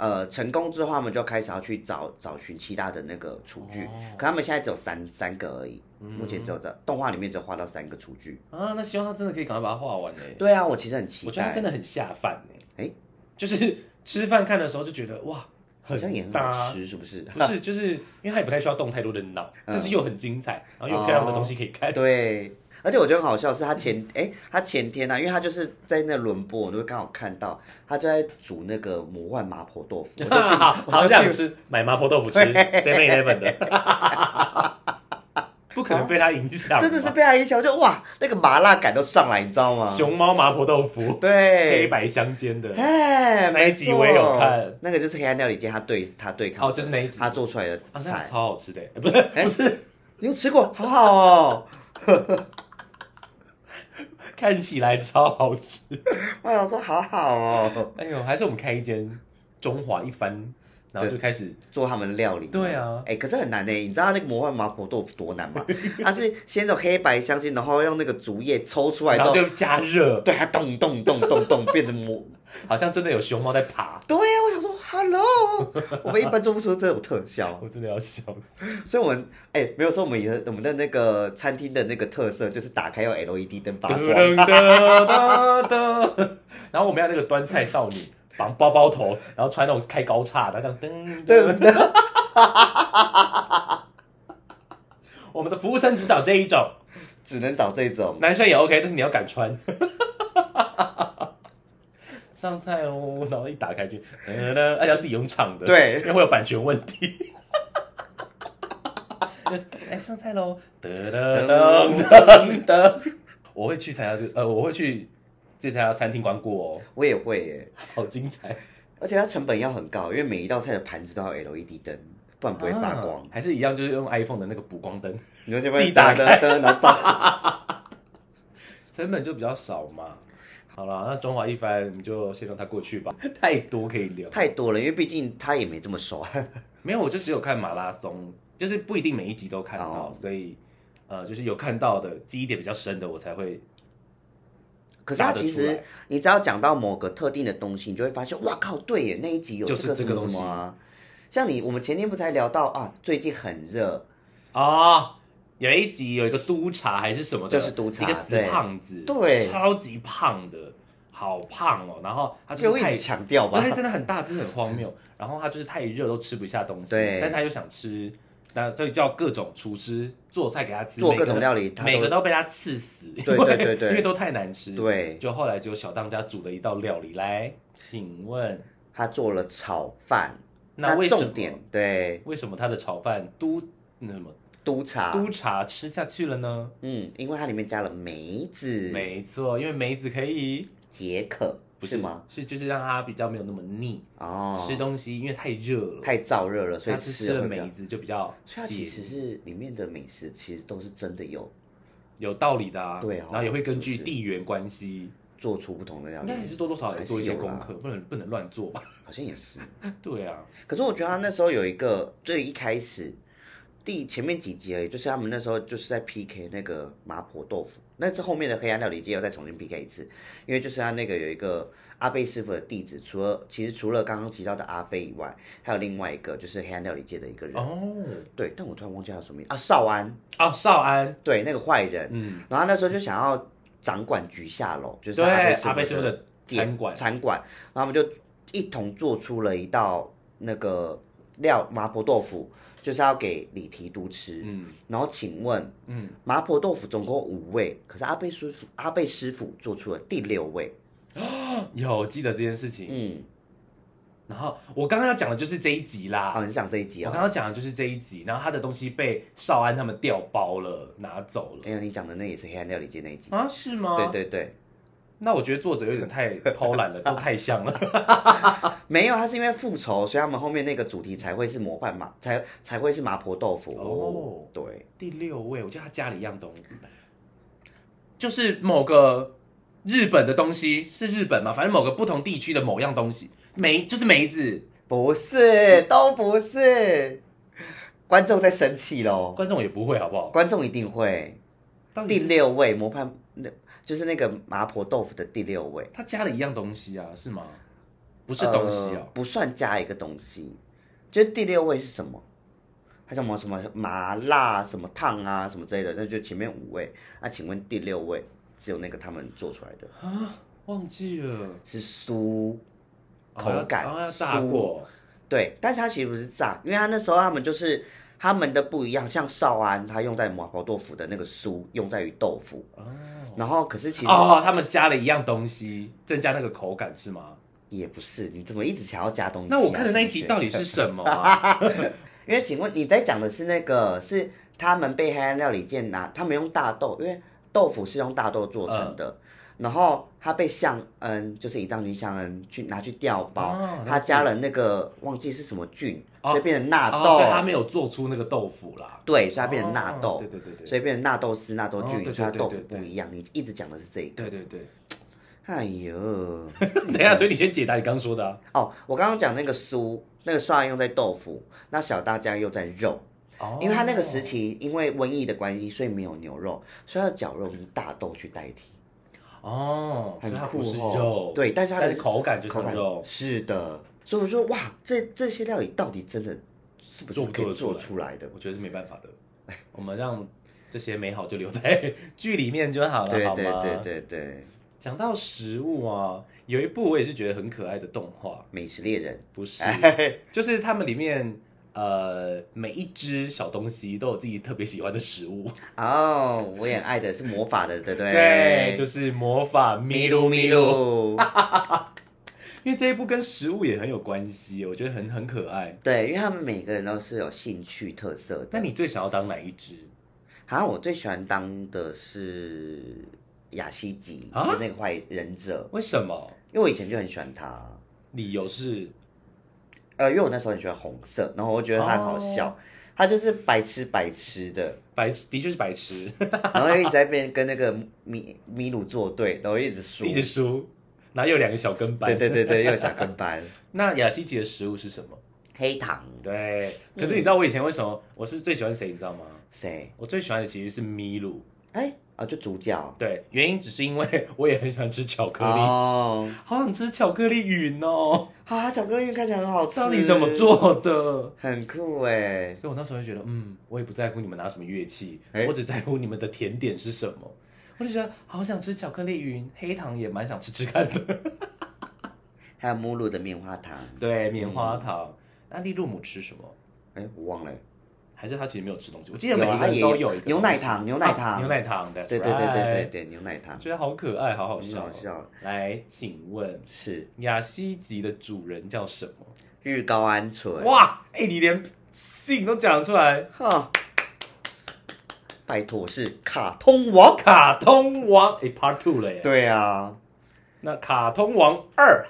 B: 呃，成功之后，他们就开始要去找找寻其他的那个厨具，
C: 哦
B: 可他们现在只有三三个而已，
C: 嗯
B: 目前只有这动画里面只有画到三个厨具。
C: 啊，那希望他真的可以赶快把它画完哎。
B: 对啊，我其实很期
C: 我觉得
B: 待，
C: 他真的很下饭哎。
B: 哎
C: 就是吃饭看的时候就觉得哇，
B: 好像也很
C: 大
B: 好。吃，嗯是不是？
C: 不是，就是因为他也不太需要动太多的脑，但是又很精彩，然后又有漂亮的东西可以
B: 哦
C: 看。
B: 对，而且我觉得很好笑，是他前哎、他前天呢、啊，因为他就是在那轮播，我都刚好看到他就在煮那个魔幻麻婆 豆腐，我就去，
C: 好
B: 我
C: 好
B: 就
C: 想
B: 去，
C: 吃，买麻婆豆腐吃，Seven Eleven 的，不可能被他影响吧，
B: 哦真的是被他影响，我就哇，那个麻辣感都上来，你知道吗？
C: 熊猫麻婆豆腐，黑
B: 对，
C: 白相间的，
B: 哎，
C: 那一
B: 没
C: 集
B: 错
C: 我也有看，
B: 那个就是黑暗料理界，他对他对抗
C: 哦，就是那一集，
B: 他
C: 啊，
B: 做出来的
C: 那
B: 菜，
C: 超好吃的，哎不是
B: 哎
C: 不是，
B: 你有吃过？好好哦，
C: 看起来超好吃，
B: 我想说好好哦，
C: 哎呦，还是我们开一间中华一番，然后就开始
B: 做他们的料理。
C: 对啊
B: 哎、可是很难呢、你知道那个魔幻麻婆豆腐多难吗？ 它是先用黑白相间，然后用那个竹叶抽出来之
C: 然后
B: 后，
C: 就加热，
B: 对它咚咚咚咚咚变 成魔。
C: 好像真的有熊猫在爬，
B: 对呀、我想说，Hello，我们一般做不出这种 特效，
C: 我真的要笑死。
B: 所以我们哎、没有说我们以后我们的那个餐厅的那个特色就是打开用 LED 灯发
C: 噔
B: 光，
C: 噔噔噔噔，然后我们要那个端菜少女绑包包头，然后穿那种开高叉的，这样噔噔噔。 我们的服务生只找这一种，
B: 只能找这 种。
C: 男生也 OK，但是你要敢穿。上菜哦，然后一打开就，噔噔，而且要自己用唱的，
B: 对
C: 因 为会有版权问题。 来上菜喽，噔噔噔噔噔，我会去参加这呃，我会去这家餐厅光顾哦，
B: 我也会耶、
C: 好精彩，
B: 而且它成本要很高，因为每一道菜的盘子都要 LED 灯，不然不会发光
C: 啊。还是一样，就是用 iPhone 的那个补光灯，
B: 你说这
C: 自己
B: 边
C: 打
B: 噔
C: 开
B: 噔噔，然后照。
C: 成本就比较少嘛。好啦，那中华一番我们就先让它过去吧，太多可以聊。
B: 太多了，因为毕竟他也没这么熟。啊
C: 没有，我就只有看马拉松，就是不一定每一集都看到，
B: 哦
C: 所以呃，就是有看到的记忆点比较深的，我才会
B: 可是
C: 答
B: 他
C: 得
B: 其
C: 出来
B: 实，。你只要讲到某个特定的东西，你就会发现，哇靠，对耶，那一集有
C: 就是
B: 个
C: 这
B: 什
C: 个
B: 么什么啊。像你，我们前天不才聊到啊，最近很热，
C: 哦，有一集有一个督察还是什么的，
B: 就是督察
C: 一个死
B: 对
C: 胖子，
B: 对
C: 超级胖的，好胖哦。然后他
B: 就
C: 就是
B: 一
C: 太
B: 直强调吧
C: 对，。他真的很大，真的很荒 谬。然后他就是太热都吃不下东西，
B: 对
C: 但他又想吃，那就叫各种厨师做菜给他吃，
B: 做
C: 每个
B: 各种料理他都
C: 每个都被他刺死，因
B: 对
C: 为
B: 对对 对
C: 因为都太难吃。
B: 对，
C: 就后来只有小当家煮的一道料理，来，请问
B: 他做了炒饭，
C: 那为什么
B: 重点对
C: 为什么他的炒饭都那什么
B: 督察，
C: 都茶吃下去了呢？
B: 嗯，因为它里面加了梅子，
C: 没错，因为梅子可以
B: 解渴
C: 不
B: 是吗？？
C: 是就是让它比较没有那么腻，
B: 哦，
C: 吃东西因为太热了，
B: 太燥热了，所
C: 它
B: 以
C: 吃
B: 吃
C: 了
B: 会比较
C: 梅，子就比较
B: 所以它
C: 解
B: 其实是里面的美食，其实都是真的有
C: 有道理的啊。
B: 对哦
C: 然后也会根据
B: 是不是
C: 地缘关系，
B: 做出不同的料
C: 应
B: 理
C: 该，还是多多少少有做一些
B: 还是有
C: 功
B: 啦
C: 课，不能不能乱做吧？
B: 好像也是。
C: 对啊，
B: 可是我觉得他那时候有一个最一开始第前面几集而已，就是他们那时候就是在 PK 那个麻婆豆腐，那是后面的黑暗料理界又再重新 PK 一次，因为就是他那个有一个阿贝师傅的弟子，除了其实除了刚刚提到的阿飞以外，还有另外一个就是黑暗料理界的一个人，
C: 哦
B: 对，但我突然忘记他什么名啊，少安，
C: 哦，少安，
B: 对，那个坏人，
C: 嗯，
B: 然后他那时候就想要掌管菊下楼，就是
C: 对，
B: 阿
C: 阿贝师
B: 贝师
C: 傅
B: 傅的
C: 的餐馆，
B: 餐馆，然后他们就一同做出了一道那个料麻婆豆腐，就是要给李提督吃。
C: 嗯
B: 然后请问
C: 嗯，
B: 麻婆豆腐总共五味，可是阿贝师傅阿贝师傅做出了第六味。
C: 有记得这件事情。
B: 嗯，
C: 然后我刚刚要讲的就是这一集啦。
B: 好，你是讲这一集
C: 我
B: 啊、
C: 刚刚讲的就是这一集，然后他的东西被少安他们调包了，拿走了
B: 哎呀，你讲的那也是黑暗料理界那一集。
C: 啊？是吗？
B: 对。对对，
C: 那我觉得作者有点太偷懒 了，都太像了。
B: 没有，他是因为复仇，所以他们后面那个主题才会是模范麻，才才会是麻婆豆腐。
C: 哦
B: 对，
C: 第六位，我记得他家里一样东西，就是某个日本的东西，是日本嘛？反正某个不同地区的某样东西，梅就是梅子。
B: 不是，都不是。观众在生气喽，
C: 观众也不会好不好？
B: 观众一定会。
C: 到底
B: 第
C: 是
B: 六位模范，那就是那个麻婆豆腐的第六位，
C: 他加了一样东西啊，是吗？不是东西
B: 呃
C: 哦，
B: 不算加一个东西，就是第六位是什么？它叫什么什么麻辣什么烫啊什么之类的，那就前面五位。那、请问第六位只有那个他们做出来的
C: 啊，忘记了，
B: 是酥，口感
C: 然后哦要炸
B: 酥
C: 过，
B: 对，但是它其实不是炸，因为它那时候他们就是他们的不一样，像少安他用在麻婆豆腐的那个酥用在于豆腐，
C: 哦
B: 然后可是其实
C: 哦，他们加了一样东西，增加那个口感是吗？
B: 也不是，你怎么一直想要加东西啊、
C: 那我看的那一集
B: 同
C: 到
B: 学
C: 底是什么啊？
B: 因为请问你在讲的是那个是他们被黑暗料理店拿，他们用大豆，因为豆腐是用大豆做成的，
C: 嗯
B: 然后他被向恩，就是一丈金向恩去拿去调包，
C: 哦
B: 他加了那个忘记是什么菌，
C: 哦
B: 所以变成纳豆，
C: 哦所以他没有做出那个豆腐啦，
B: 对，所以它变成纳豆，
C: 哦对对对
B: 所
C: 对，
B: 以变成纳豆丝、纳豆
C: 哦
B: 菌，
C: 对对
B: 所以它
C: 对
B: 豆腐
C: 对
B: 不
C: 对
B: 一样。你一直讲的是这个，
C: 对对 对。
B: 哎呦，
C: 等一下，所以你先解答你刚刚说的啊。
B: 哦，我刚刚讲那个酥，那个少安用在豆腐，那小大家用在肉。
C: 哦
B: 因为他那个时，期因为瘟疫的关系，所以没有牛肉，所以他的绞肉是大豆去代替，
C: 哦，
B: 很
C: 所以它
B: 酷
C: 不是
B: 哦
C: 肉，
B: 对但是它的
C: 但是口感就
B: 口
C: 是
B: 感
C: 肉。
B: 是的，所以我说哇，这这些料理到底真的是不是
C: 做不
B: 可
C: 做
B: 以
C: 得出
B: 做
C: 来
B: 出来的？
C: 我觉得是没办法的，我们让这些美好就留在 剧里面就好了，
B: 对
C: 好吗？
B: 对对。对对，
C: 讲到食物啊，有一部我也是觉得很可爱的动画，
B: 美食猎人，
C: 不是，
B: 哎
C: 就是他们里面呃每一只小东西都有自己特别喜欢的食物，
B: 哦，我也爱的是魔法的，对不对？
C: 就是魔法咪
B: 麋
C: 噜
B: 鹿
C: 咪
B: 麋
C: 噜，
B: 鹿，
C: 因为这一部跟食物也很有关系，我觉得很很可爱。
B: 对，因为他们每个人都是有兴趣特色的。
C: 那你最想要当哪一只？
B: 好像我最喜欢当的是雅西吉，
C: 啊
B: 就是那个坏忍者，
C: 为什么？
B: 因为我以前就很喜欢他。
C: 理由是
B: 呃，因为我那时候很喜欢红色，然后我觉得他很好笑，
C: 哦
B: 他就是白痴白痴的，
C: 白痴，的确是白 痴，
B: 然后又一直在边跟那个米米鲁作对，然后一直输，
C: 一直输，然后又有两个小跟班。
B: 对对对对，又想跟班，
C: 那雅西奇的食物是什么？
B: 黑糖
C: 对，
B: 嗯
C: 可是你知道我以前为什么我是最喜欢谁？你知道吗？
B: 谁？
C: 我最喜欢的其实是麋鹿，
B: 哎啊，就主角
C: 对，原因只是因为我也很喜欢吃巧克力，
B: 哦，
C: 好想吃巧克力云哦，
B: 啊，巧克力看起来很好吃，
C: 到底怎么？做的？
B: 很酷哎，
C: 所以我那时候就觉得，嗯，我也不在乎你们拿什么乐器，
B: 哎
C: 我只在乎你们的甜点是什么。我就觉得好想吃巧克力云，黑糖也蛮想吃吃看的。
B: 还有母乳的棉花糖，
C: 对，棉花
B: 嗯
C: 糖。那利露姆吃什么？
B: 哎，我忘了，
C: 还是他其实没有吃东西？我记
B: 有
C: 得每
B: 啊
C: 一个
B: 他
C: 人
B: 也
C: 都有一个
B: 牛奶
C: 东西
B: 糖牛奶
C: 啊
B: 糖
C: 牛奶糖的。
B: 对对对对对对，牛奶糖
C: 觉得好可爱，好好
B: 很
C: 笑哦。
B: 好笑，
C: 来，请问
B: 是
C: 雅西吉的主人叫什么？
B: 日高鹌鹑，
C: 哇，哎、你连姓都讲出来，
B: 哈，拜托是卡通王。
C: 卡通王，哎、p a r t Two 了耶。，
B: 对啊，
C: 那卡通王二，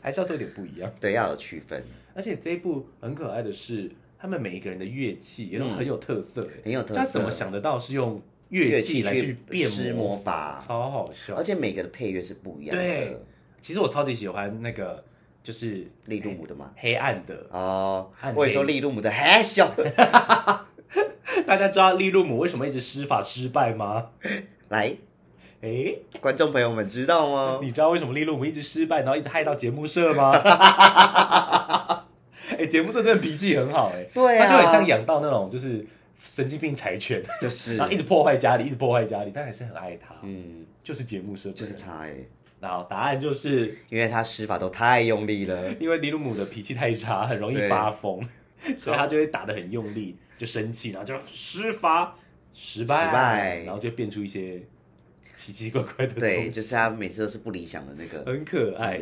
C: 还是要做点不一样。
B: 对，要有区分，
C: 而且这一部很可爱的是，他们每一个人的乐器也都
B: 嗯
C: 很有特色耶，
B: 很有特色
C: 他怎么想得到是用乐
B: 乐
C: 器
B: 器
C: 来去变
B: 施魔
C: 魔？
B: 法，
C: 超好笑
B: 而。且每个的配乐是不一样
C: 对
B: 的。
C: 其实我超级喜欢那个，就是
B: 利路姆的嘛，
C: 黑暗的
B: 哦
C: 暗，哎黑
B: 我也说利路姆的，哦嘿，笑，
C: 大家知道利路姆为什么一直施法失败吗？
B: 来，
C: 诶，
B: 观众朋友们知道吗？
C: 你知道为什么利路姆一直失败，然后一直害到节目社 吗？哎、节目社真的脾气很好哎、
B: 对啊
C: 他就很像养到那种就是神经病柴犬，
B: 就是
C: 然，后一直破坏家里，一直破坏家里，但还是很爱他，
B: 嗯，
C: 就是节目社，
B: 就是，他哎，
C: 然后答案就是
B: 因为他施法都太用力 了。
C: 因为尼鲁姆的脾气太差，很容易
B: 对
C: 发疯， 所以他就会打得很用力，就生气，然后就施法失败，
B: 失败
C: 然后就变出一些奇奇怪怪的
B: 对，
C: 东西，
B: 就是他每次都是不理想的那个
C: 很可爱。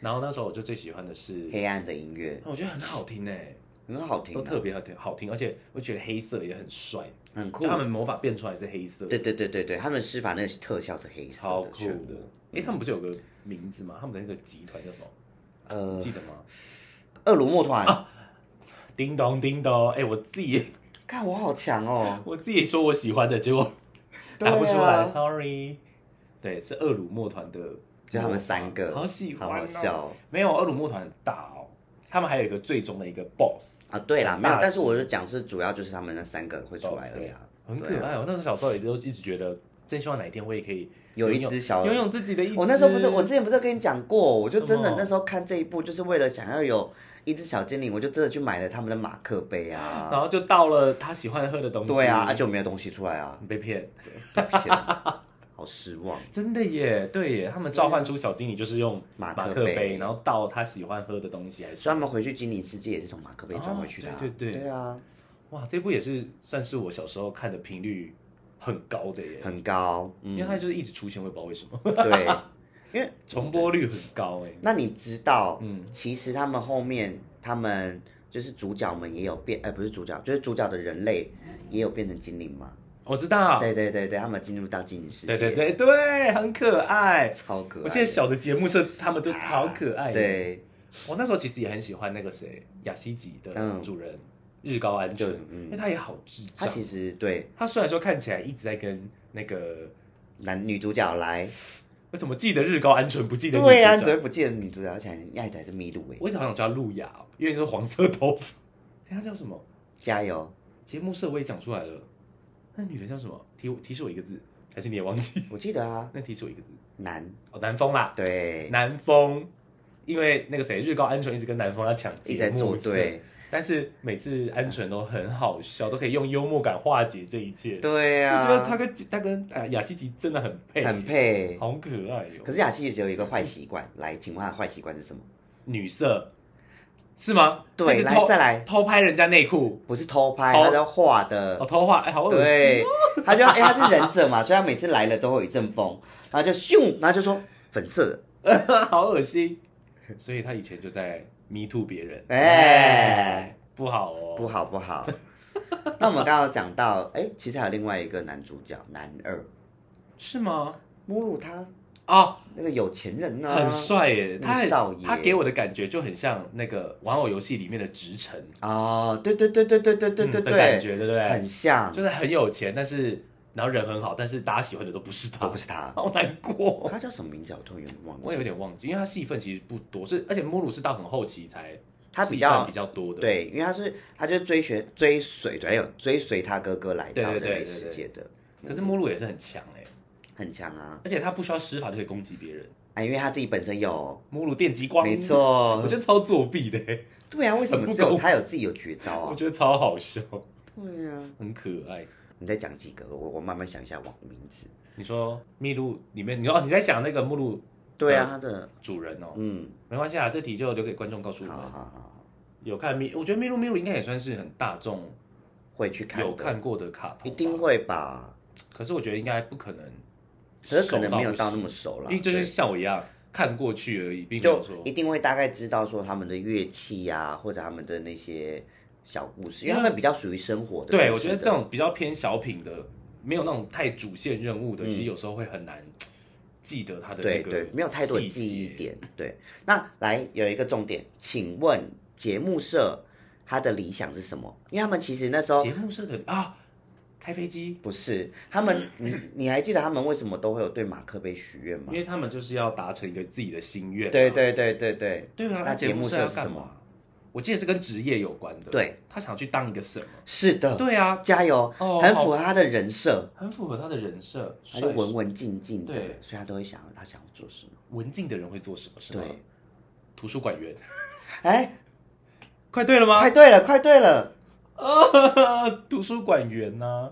C: 然后那时候我就最喜欢的是，
B: 黑暗的音乐，
C: 我觉得很好听哎，
B: 很好听、
C: 都
B: 啊
C: 特，别好听，好听，而且我觉得黑色也很帅，
B: 很酷
C: 就。他们魔法变出来是黑色，
B: 对，对对对对，他们施法那个特效是黑色的，
C: 超酷
B: 全部
C: 的。哎，他们不是有个名字吗？他们的那个集团叫什么？
B: 呃，
C: 记得啊吗？
B: 恶鲁墨团，
C: 叮咚叮咚，哎，我自己！
B: 看、我好强哦
C: 我自己说我喜欢的，结果
B: 对啊
C: 答不出来、s o r r y 对，是厄鲁墨团的，
B: 就他们三个，
C: 好喜欢、
B: 好
C: 哦，
B: 好笑哦、
C: 没有，厄鲁墨团很大哦，他们还有一个最终的一个 BOSS，
B: 啊！对啦，没有
C: 大，
B: 但是我就讲是主要就是他们那三个会出来而已啊，
C: 很可
B: 对啊
C: 爱、哦。那时候小时候也就一直觉得，真希望哪一天我也可以
B: 有一
C: 拥有
B: 只小
C: 拥有自己的一只。
B: 呃我那时候不是，我之前不是跟你讲过，我就真
C: 什么
B: 的那时候看这一部，就是为了想要有一只小精灵，我就真的去买了他们的马克杯
C: 然
B: 啊。
C: 后就到了他喜欢喝的东西。
B: 对啊，啊就没有东西出来 啊，
C: 你被骗，
B: 被骗了好失望。
C: 真的耶，对耶，他们召唤出小精灵就是用
B: 马克
C: 克
B: 杯
C: 然后倒他喜欢喝的东西来
B: 所以他们回去精灵世界也是从马克杯转回去的、啊
C: 哦对对对
B: 对啊，
C: 哇，这部也是算是我小时候看的频率很高的耶，
B: 很高，
C: 因为它
B: 嗯，
C: 就是一直出现，我也不知道为什么，
B: 对，因为
C: 重播率很高哎。
B: 那你知道，
C: 嗯
B: 其实他们后面他们就是主角们也有变，呃，不是主角，就是主角的人类也有变成精灵嘛？
C: 我知道，
B: 对对对对，他们进入到精灵世界，
C: 啊对对对对，很可爱。
B: 超可爱的。
C: 我记得小的节目社他们都好可爱。，
B: 对，
C: 我那时候其实也很喜欢那个谁雅西吉的
B: 嗯
C: 主人日高安纯
B: 就，嗯
C: 因为他也好智
B: 他
C: 障。
B: 其实对
C: 他虽然说看起来一直在跟那个，
B: 男女主角来，
C: 我怎么记得日高安纯不记得女主角？
B: 对啊，你怎么会不记得女主角？而且爱的还是麋鹿哎，
C: 我一直好想叫路雅哦，因为是黄色头发。哎他叫什么？
B: 加油！
C: 节目社我也讲出来了，那女的叫什么？提提示我一个字，还是你也忘记？
B: 我记得啊，
C: 那提示我一个字，
B: 男
C: 哦，南风啦，
B: 对，
C: 南风，因为那个谁，日高安纯一直跟南风要抢
B: 一直
C: 节
B: 在
C: 目
B: 作
C: 社，
B: 对，
C: 但是每次安纯都很好笑，都可以用幽默感化解这一切。
B: 对
C: 我
B: 啊，
C: 觉得他哎跟他跟呃雅西吉真的很配，
B: 很，配。
C: 好可爱哦哟、
B: 可是雅琪只有一个坏习惯，来，请问他的坏习惯是什么？
C: 女色是吗？
B: 对，
C: 一直
B: 来
C: 偷
B: 再来，
C: 偷拍人家内裤，
B: 不是偷拍，
C: 偷
B: 他在画的
C: 哦，。偷画，哎、好恶心
B: 对，他就因为他是忍者嘛，所以他每次来了都会有一阵风，然后就咻，然后就说粉色的，
C: 哦，好恶心。 所以他以前就在 me too 别人，
B: 哎
C: 不好哦，
B: 不好不好。 那我们刚刚有讲到，哎，其实还有另外一个男主角，男二
C: 是吗？
B: 目录他
C: 啊，
B: 那个有钱人呢、啊，
C: 很帅耶，
B: 那个
C: 他很
B: 少爷
C: 他给我的感觉就很像那个玩偶游戏里面的直臣，
B: 哦，对对对对对对对
C: 嗯
B: 对
C: 的感
B: 对，
C: 觉，对不对？
B: 很像，
C: 就是很有钱，但是然后人很好，但是大家喜欢的都不是他，
B: 都不是他，
C: 好难过。
B: 他叫什么名字啊？我突然有点忘
C: 我也有
B: 记。
C: 点忘记，因为他戏份其实不多，是而且摩鲁是到很后期才
B: 他
C: 戏
B: 比
C: 份
B: 较
C: 比较多的，
B: 对，因为他是他就追随追随对，还有追随他哥哥来
C: 对
B: 到
C: 对
B: 人
C: 对
B: 类
C: 对
B: 世
C: 对
B: 界的，
C: 可是摩鲁也是很强哎、
B: 很强啊！
C: 而且他不需要施法就可以攻击别人。
B: 啊，因为他自己本身有，
C: 摩鲁电击光，
B: 没，错，
C: 我觉得超作弊的、
B: 对啊，为什
C: 很
B: 么
C: 不
B: 只有
C: 公
B: 他有自己有绝招
C: 我
B: 啊？
C: 觉得超好笑，
B: 对啊，
C: 很可爱。
B: 你再讲几个，我我慢慢想一下网名字。
C: 你说秘鲁里面，你说哦你在想那个目录
B: 对啊，他的
C: 主人哦，
B: 嗯，
C: 没关系啊，这题就留给观众告诉我
B: 好好
C: 们。
B: 好好，
C: 有看秘，我觉得秘鲁秘鲁应该也算是很大众
B: 会去看的，
C: 有看过的卡通，
B: 一定。会吧？
C: 可是我觉得应该不可能，
B: 可是可能没有到那么熟啦，
C: 因为就是
B: 对
C: 像我一样看过去而已，并没有
B: 就
C: 说
B: 一定会大概知道说他们的乐器啊，或者他们的那些小故事，
C: 因
B: 因为
C: 为
B: 他们比较属于生活的故事
C: 嗯
B: 的。
C: 对，我觉得这种比较偏小品的，没有那种太主线任务的，
B: 嗯
C: 其实有时候会很难记得它的那
B: 对
C: 个
B: 对，没有太多的
C: 细节
B: 记忆。点。对，那来有一个重点，请问节目社他的理想是什么？因为他们其实那时候
C: 节目社的啊，开飞机，
B: 不是他们，你你还记得他们为什么都会有对马克杯许愿吗
C: 因？为他们就是要达成一个自己的心愿、啊
B: 对，对对对对，
C: 对啊，
B: 那
C: 那节目社要
B: 节目社是什
C: 干
B: 么
C: 嘛？我记得是跟职业有关的。
B: 对，
C: 他想去当一个什么？
B: 是的，
C: 对啊，
B: 加油，
C: 哦
B: 很
C: 好
B: 符合他的人设，
C: 很符合他的人设，
B: 他就
C: 帅
B: 文文静静的
C: 对，
B: 所以他都会想他想要做什么。
C: 文静的人会做什么？是吗
B: 对？
C: 图书馆员，
B: 哎，
C: 快对了吗
B: 快？对了，快对了，
C: 啊，图书馆员呐、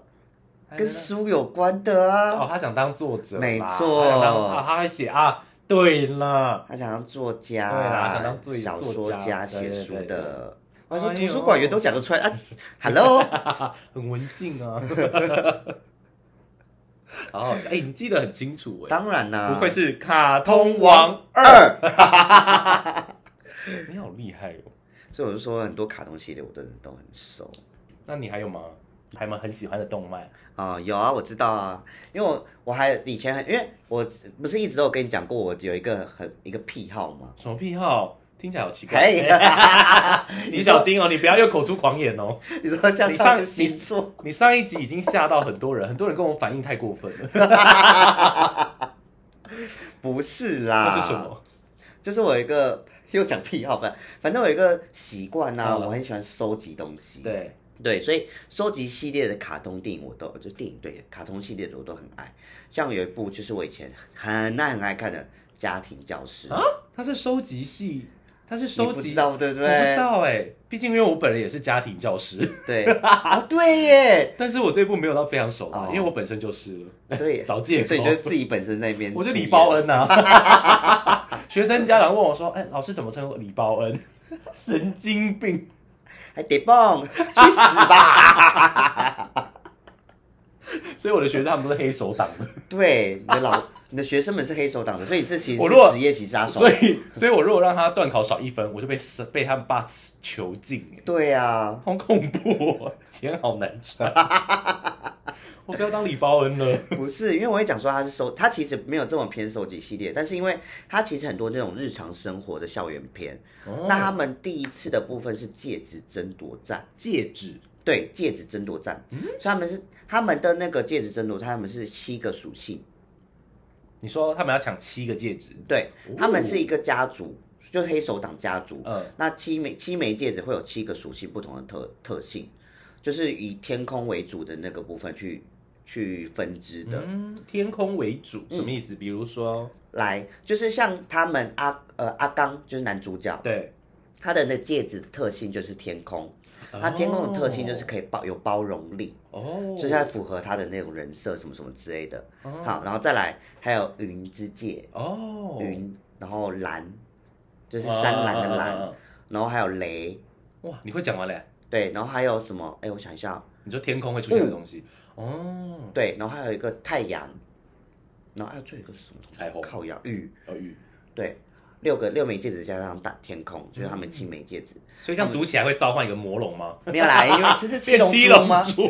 C: 啊，
B: 跟书有关的
C: 哦，
B: 啊。
C: 他想当作者啦，
B: 没错
C: 他想当啊，他还写啊，对了，
B: 他想当作家，
C: 对啦想当作
B: 小
C: 作
B: 说
C: 家对
B: 写
C: 对
B: 书
C: 对
B: 的。我说
C: 哎
B: 图
C: 呦
B: 书馆员都讲得出来啊 ，Hello，
C: 很文静啊， 好好笑，哎、你记得很清楚哎、
B: 当然啦、
C: 不愧是卡
B: 通
C: 通王
B: 王，二。
C: 你好厉害哦。
B: 所以我就说很多卡通系列我真的都很熟
C: 那你还有吗？还有吗？很喜欢的动漫？
B: 啊、有啊，我知道啊，因为我我还以前很，因为我不是一直都有跟你讲过，我有一个很一个癖好哎吗？
C: 什么癖好？听起来好奇怪。
B: 可以，
C: 你小心哦，你不要又口出狂言哦。
B: 你说像
C: 你
B: 上
C: 上
B: 次星座，
C: 你上一集已经吓到很多人，很多人跟我反应太过分了。
B: 不是啦，
C: 那是什？么？
B: 就是我有一个 又讲癖好，反反正我有一个习惯呐，
C: 嗯
B: 我很喜欢收集东西。
C: 对，
B: 对，所以收集系列的卡通电影我都就电影对卡通系列的我都很爱，像有一部就是我以前很爱很爱看的《家庭教师》
C: 啊，它是收集系，它是
B: 你
C: 收
B: 不知
C: 集。
B: 道对不
C: 我不知
B: 对？
C: 道哎、毕竟因为我本人也是家庭教师，
B: 对啊，对耶，
C: 但是我这部没有到非常熟啊
B: 哦，
C: 因为我本身就是了
B: 对 耶，
C: 找借口
B: 所以就是自己本身那边，
C: 我是李包，恩呐、啊。 学生家长问我说：“哎、老师怎么称呼李包恩？” 神经病！
B: 还得蹦，去死吧！
C: 所以我的学生他们都是黑手党 的，
B: 对，你的老 你的学生们是黑手党的，所以你这其实
C: 我如果
B: 是职业型杀手
C: 所。以所以我如果让他断考少一分，我就被被他们爸囚禁、哎
B: 对啊，
C: 好恐怖、哦，钱好难赚。 我不要当李包恩了。
B: 不是，因为我会讲说他是收，他其实没有这么偏收集系列，但是因为他其实很多那种日常生活的校园片，
C: 哦
B: 那他们第一次的部分是戒指争夺战，
C: 戒指
B: 对，戒指争夺战，所以他们是他们的那个戒指争夺战，他们是七个属性，
C: 你说他们要抢七个戒指，
B: 对
C: 哦，
B: 他们是一个家族，就是黑手党家族，
C: 嗯，
B: 那七枚七枚戒指会有七个属性不同的特特性，就是以天空为主的那个部分去去分支的。
C: 嗯，天空为主什么意思？比如说，
B: 来，就是像他们阿呃阿刚就是男主角，
C: 对，
B: 他的那戒指的特性就是天空，他天空的特性就是可以包有包容力，
C: 哦，
B: 就是要符合他的那种人设什么什么之类的。
C: 哦
B: 好，然后再来还有云之戒，
C: 哦，
B: 云，然后蓝，就是山蓝的
C: 啊啊啊
B: 蓝，
C: 啊
B: 然后还有雷，
C: 哇，你会讲完嘞？
B: 对，然后还有什么？哎，我想一下哦，
C: 你说天空会出现的东西，哦，
B: 对，然后还有一个太阳，然后还有最后一个是什么东西？
C: 彩虹
B: 靠阳雨，
C: 哦雨，
B: 对，六个六枚戒指加上大天空，就是他们
C: 嗯
B: 七枚戒指。
C: 所以这样组起来会召唤一个魔龙 吗？
B: 没有啦，因为这是
C: 啊
B: 七
C: 变
B: 龙
C: 七
B: 珠
C: 龙
B: 吗？
C: 珠，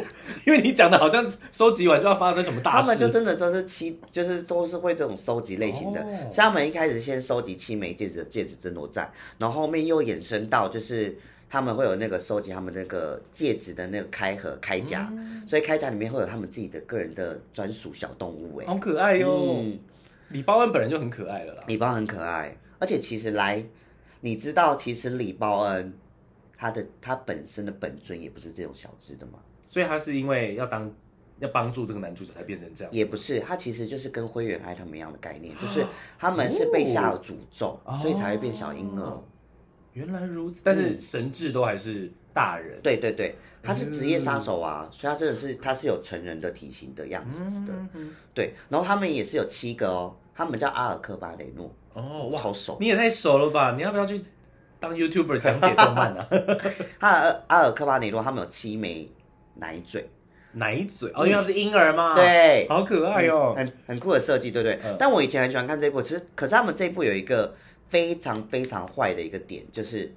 C: 因为你讲的好像收集完就要发生什么大
B: 他
C: 事，
B: 们就真的都是七，就是都是会这种收集类型的。
C: 哦
B: 像他们一开始先收集七枚戒指的戒指争夺战，然后后面又衍生到就是他们会有那个收集他们那个戒指的那个开盒开夹，
C: 嗯
B: 所以开夹里面会有他们自己的个人的专属小动物、哎，
C: 好可爱哦哟。
B: 嗯，
C: 李包恩本人就很可爱了啦。
B: 礼包很可爱，而且其实来，你知道其实礼包恩他的他本身的本尊也不是这种小只的吗？
C: 所以他是因为要当要帮助这个男主角才变成这样。
B: 也不是，他其实就是跟灰原哀他们一样的概念，就是他们是被下了诅咒，
C: 哦
B: 所以才会变小婴儿。
C: 原来如此，但是神智都还是大人。
B: 对对对，他是职业杀手啊，所以他真的是他是有成人的体型的样子的。
C: 嗯嗯
B: 对，然后他们也是有七个哦，他们叫阿尔克巴雷诺，
C: 哦哇，
B: 超熟。
C: 你也太熟了吧？你要不要去当 YouTuber 讲解动漫啊？
B: 他的阿尔克巴雷诺他们有七枚奶嘴，
C: 奶嘴哦，因为他们是婴儿嘛。，
B: 嗯对，嗯哎
C: 好可爱哦。
B: 很很酷的设计，对不对？
C: 嗯
B: 但我以前很喜欢看这部，其实可是他们这部有一个非常非常坏的一个点，就是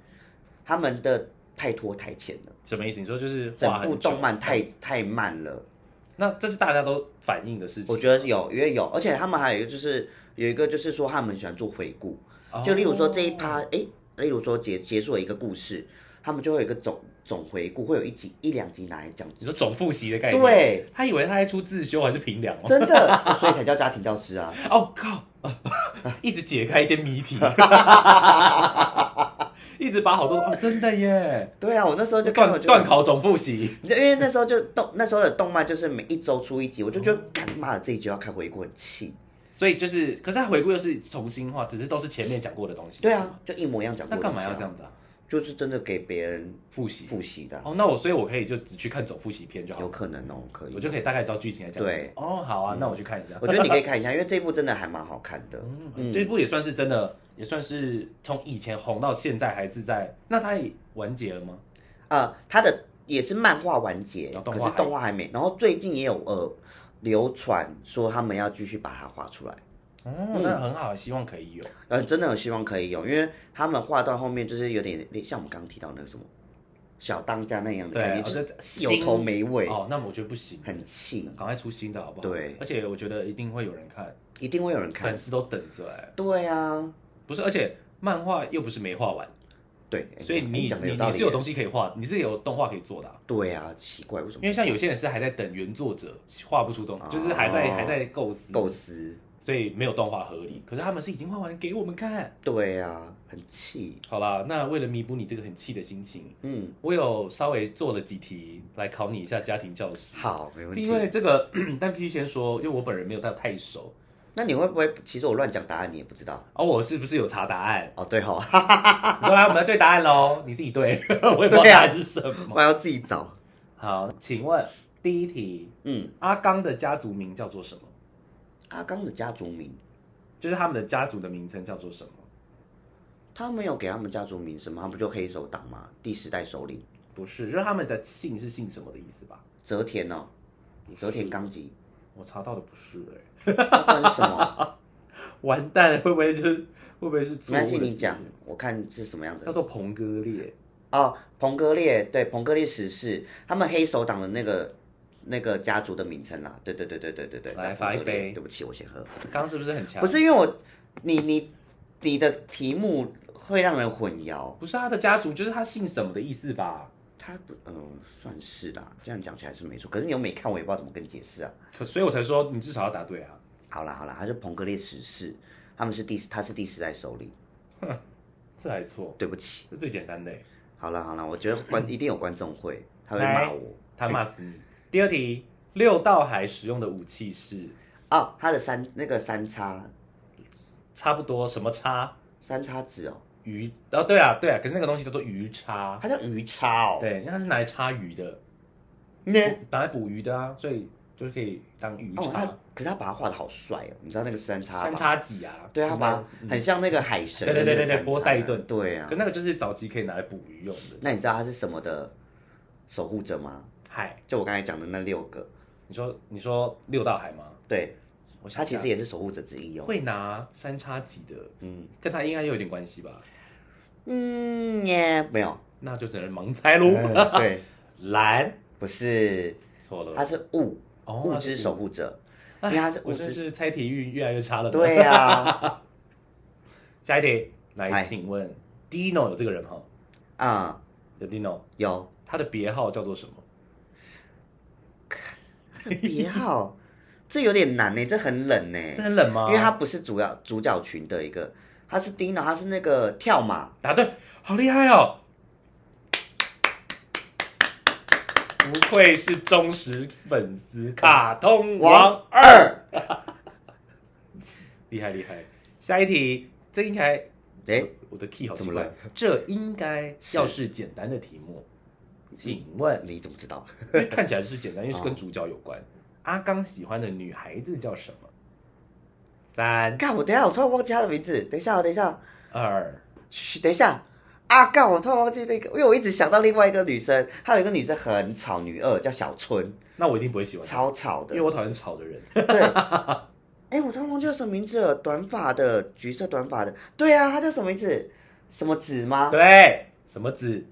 B: 他们的太拖太欠了，
C: 什么意思？你说就是
B: 整
C: 画很
B: 部
C: 久嗯
B: 动漫太太慢了。
C: 那这是大家都反映的事情。
B: 我觉得有，因为有，而且他们还有一个就是有一个就是说他们很喜欢做回顾，
C: 哦
B: 就例如说这一趴，哎、例如说结结束了一个故事，他们就会有一个总总回顾，会有一集一两集拿来讲。
C: 你说总复习的概念。，
B: 对，
C: 他以为他在出自修还是平凉哦。
B: 真的， 所以才叫家庭教师啊。
C: 哦靠， 一直解开一些谜 题，一直把好多哦，真的耶。
B: 对啊，我那时候就看我
C: 断
B: 就
C: 断考总复习。
B: 你就因为那时候就动那时候的动漫就是每一周出一集，我就觉
C: 哦
B: 得干妈的这一集要看回顾很气。
C: 所以就是，可是他回顾又是重新画，只是都是前面讲过的东西。
B: 对啊，就一模一样讲过。
C: 那干嘛要这？样子啊？
B: 就是真的给别人
C: 复习。
B: 复习的啊，
C: 哦，那我所以我可以就只去看总复习片就好
B: 有，可能哦，可以
C: 我。就可以大概知道剧情在讲什么
B: 对。嗯
C: 哦，好啊，那我去看一下。
B: 我觉得你可以看一下，因为这一部真的还蛮好看的。
C: 嗯，这部也算是真的，也算是从以前红到现在还是在。那它也完结了吗？
B: 啊，它的也是漫画完结，
C: 哦动
B: 可
C: 画
B: 是
C: 还
B: 动画还没。然后最近也有呃流传说他们要继续把它画出来，
C: 哦，那很好，希望可以有。
B: 呃，真的很希望可以有，因为他们画到后面就是有点像我们刚刚提到那个什么小当家那样的
C: 对
B: 概念，
C: 哦
B: 就是
C: 新
B: 有头没尾，
C: 哦，那我觉得不行，
B: 很气，
C: 赶快出新的好不好？
B: 对
C: 而且我觉得一定会有人看，
B: 一定会有人看
C: 粉。丝都等着哎。
B: 对啊，
C: 不是，而且漫画又不是没画完，
B: 对，哎
C: 所以
B: 讲
C: 你
B: 哎讲的
C: 你
B: 有道
C: 你
B: 理
C: 是有
B: 耶。
C: 东西可以画，你是有动画可以做的啊、
B: 对啊，奇怪，为什
C: 因
B: 么
C: 为像有些人是还在等原作者画不出东，
B: 哦
C: 就是还在还在构思，
B: 构思？
C: 所以没有动画合理。可是他们是已经画完给我们看。
B: 对啊，很气。
C: 好啦，那为了弥补你这个很气的心情，
B: 嗯，
C: 我有稍微做了几题来考你一下家庭教师。
B: 好，没问题
C: 因。为这个， 但必须先说，因为我本人没有到太熟，
B: 那你会不会？其实我乱讲答案，你也不知道。
C: 而、我是不是有查答案？
B: 哦，对哦，
C: 你说来，啊我们来对答案喽，你自己对， 我也不知道
B: 对
C: 答
B: 啊
C: 案是什么。
B: 我要自己找。
C: 好，请问第一题，
B: 嗯，
C: 阿刚的家族名叫做什么？
B: 阿刚的家族名，
C: 就是他们的家族的名称叫做什么？
B: 他没有给他们家族名什么，他不就黑手党吗？第十代首领
C: 不是，就是他们的姓是姓什么的意思吧？
B: 泽田哦，泽田纲吉，
C: 我查到的不是哎、
B: 那不然是 什么？
C: 完蛋了，会不会就是会不会是错误的
B: 没关
C: 字
B: 系，
C: 眼？
B: 你讲，我看是什么样
C: 叫
B: 的。
C: 做彭割裂，
B: 哦，彭格列，对，彭格列十世，他们黑手党的那个那个家族的名称啦。对对对对对对对。
C: 来
B: 叫
C: 发一
B: 彭格列
C: 杯
B: 对不起，我先喝。
C: 刚刚是不是很强？
B: 不，是因为我，你你你的题目会让人混淆。
C: 不是他的家族，就是他姓什么的意思吧？
B: 他不，嗯、算是啦，这样讲起来是没错。可是你又没看，我也不知道怎么跟你解释啊。
C: 可所以我才说你至少要答对啊。
B: 好啦好啦，他是彭格列十世，他们是第他是第十代首领。
C: 这还错，
B: 对不起，
C: 这最简单的欸，
B: 好了好了，我觉得观一定有观众会，他会骂我
C: 他骂死你。第二题，六道海使用的武器是
B: 哦。他的三那个三叉
C: 差不多什么叉？
B: 三叉指哦，
C: 鱼，哦，对啊，对啊，可是那个东西叫做鱼叉，
B: 他叫鱼叉哦。
C: 对，因为它是拿来叉鱼的，
B: 呢，
C: 拿来捕鱼的啊，所以就是可以当鱼
B: 哦，他
C: 叉，
B: 可是他把他画的好帅哦，你知道那个三叉吧
C: 三，叉戟啊，
B: 对他
C: 吧？
B: 把很像那个海神
C: 对对对
B: 的那个
C: 对对
B: 三叉，
C: 波塞顿
B: 对啊
C: 可。那个就是早期可以拿来捕鱼用的。
B: 那你知道他是什么的守护者吗？
C: 海，
B: 就我刚才讲的那六个，
C: 你说你说六道海吗？
B: 对，
C: 我想
B: 他
C: 一下
B: 其实也是守护者之一哦。
C: 会拿三叉戟的，
B: 嗯
C: 跟他应该也有点关系吧？
B: 嗯耶，没有，
C: 那就只能盲猜喽。
B: 嗯 对，
C: 蓝
B: 不是，
C: 错了，
B: 他是物
C: 哦
B: 物之守护者，因
C: 哎
B: 为他是
C: 我
B: 物
C: 真
B: 之，
C: 是猜题运越来越差了。，
B: 对啊 呀，
C: 下一题，来，
B: 来
C: 请问 Dino 有这个人哈？
B: 啊，
C: 有 Dino，
B: 有
C: 他的别号叫做什么？
B: 他的别号，这有点难呢，这很冷呢，
C: 这很冷吗？
B: 嗯因为他不是主要主角群的一个，他是 Dino，他是那个跳马，
C: 答对，好厉害哦！不愧是忠实粉丝，卡通王
B: 王， 二，
C: 厉害厉害。下一题，这应该
B: 哎，
C: 我的 key 好奇
B: 怎么
C: 怪
B: 了，
C: 这应该要是简单的题目。请问，
B: 你怎么知道？
C: 因为看起来是简单，因为是跟主角有关。阿刚喜欢的女孩子叫什么？三
B: 干，我等一下，我突然忘记他的名字，等一下哦，等一下哦，
C: 二，
B: 嘘，等一下。啊，干！我突然忘记那个，因为我一直想到另外一个女生，还有一个女生很吵，女二叫小春，
C: 那我一定不会喜欢她，
B: 超吵的
C: 因为。我讨厌吵的人。
B: 对， 哎、我突然忘记叫什么名字了，短发的，橘色短发的。对啊，他叫什么名字？什么子吗？
C: 对，什么子？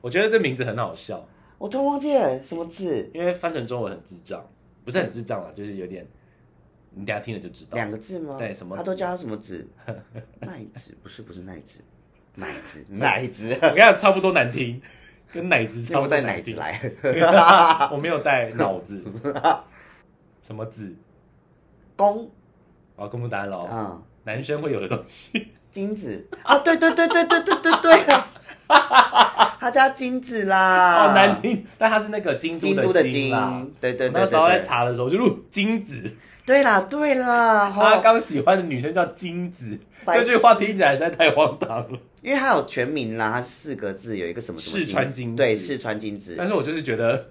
C: 我觉得这名字很好笑。
B: 我突然忘记了什么字，
C: 因为翻成中文很智障，不是很智障啦，啊就是有点，你等一下听了就知道。
B: 两个字吗？
C: 对什么子
B: 他都叫他什么 子？奈子不是不是奈子，奶 子奶子，
C: 我跟你讲，差不多难听，跟奶子差
B: 那
C: 不
B: 我
C: 多
B: 带
C: 难
B: 奶
C: 听
B: 子。啊来。
C: 我没有带脑子，什么子？
B: 公
C: 好，公布答案喽。
B: 啊，
C: 男 生会有的东西，
B: 金子啊，对对对对对对对对，他叫金子啦，
C: 好难听，但它是那个哦京
B: 啊京
C: 都
B: 都的
C: 京
B: 京
C: 啦。，
B: 对对对
C: 那
B: 对
C: 时候在
B: 对，
C: 查的时候就录金子，
B: 对啦对啦，
C: 他
B: 吼，
C: 啊刚喜欢的女生叫金子，
B: 白
C: 这
B: 痴
C: 句话听起来实在太荒唐了。
B: 因为他有全名啦，他四个字有一个什么什么
C: 四川金
B: 金
C: 子
B: 子，对，四川金子，
C: 但是我就是觉得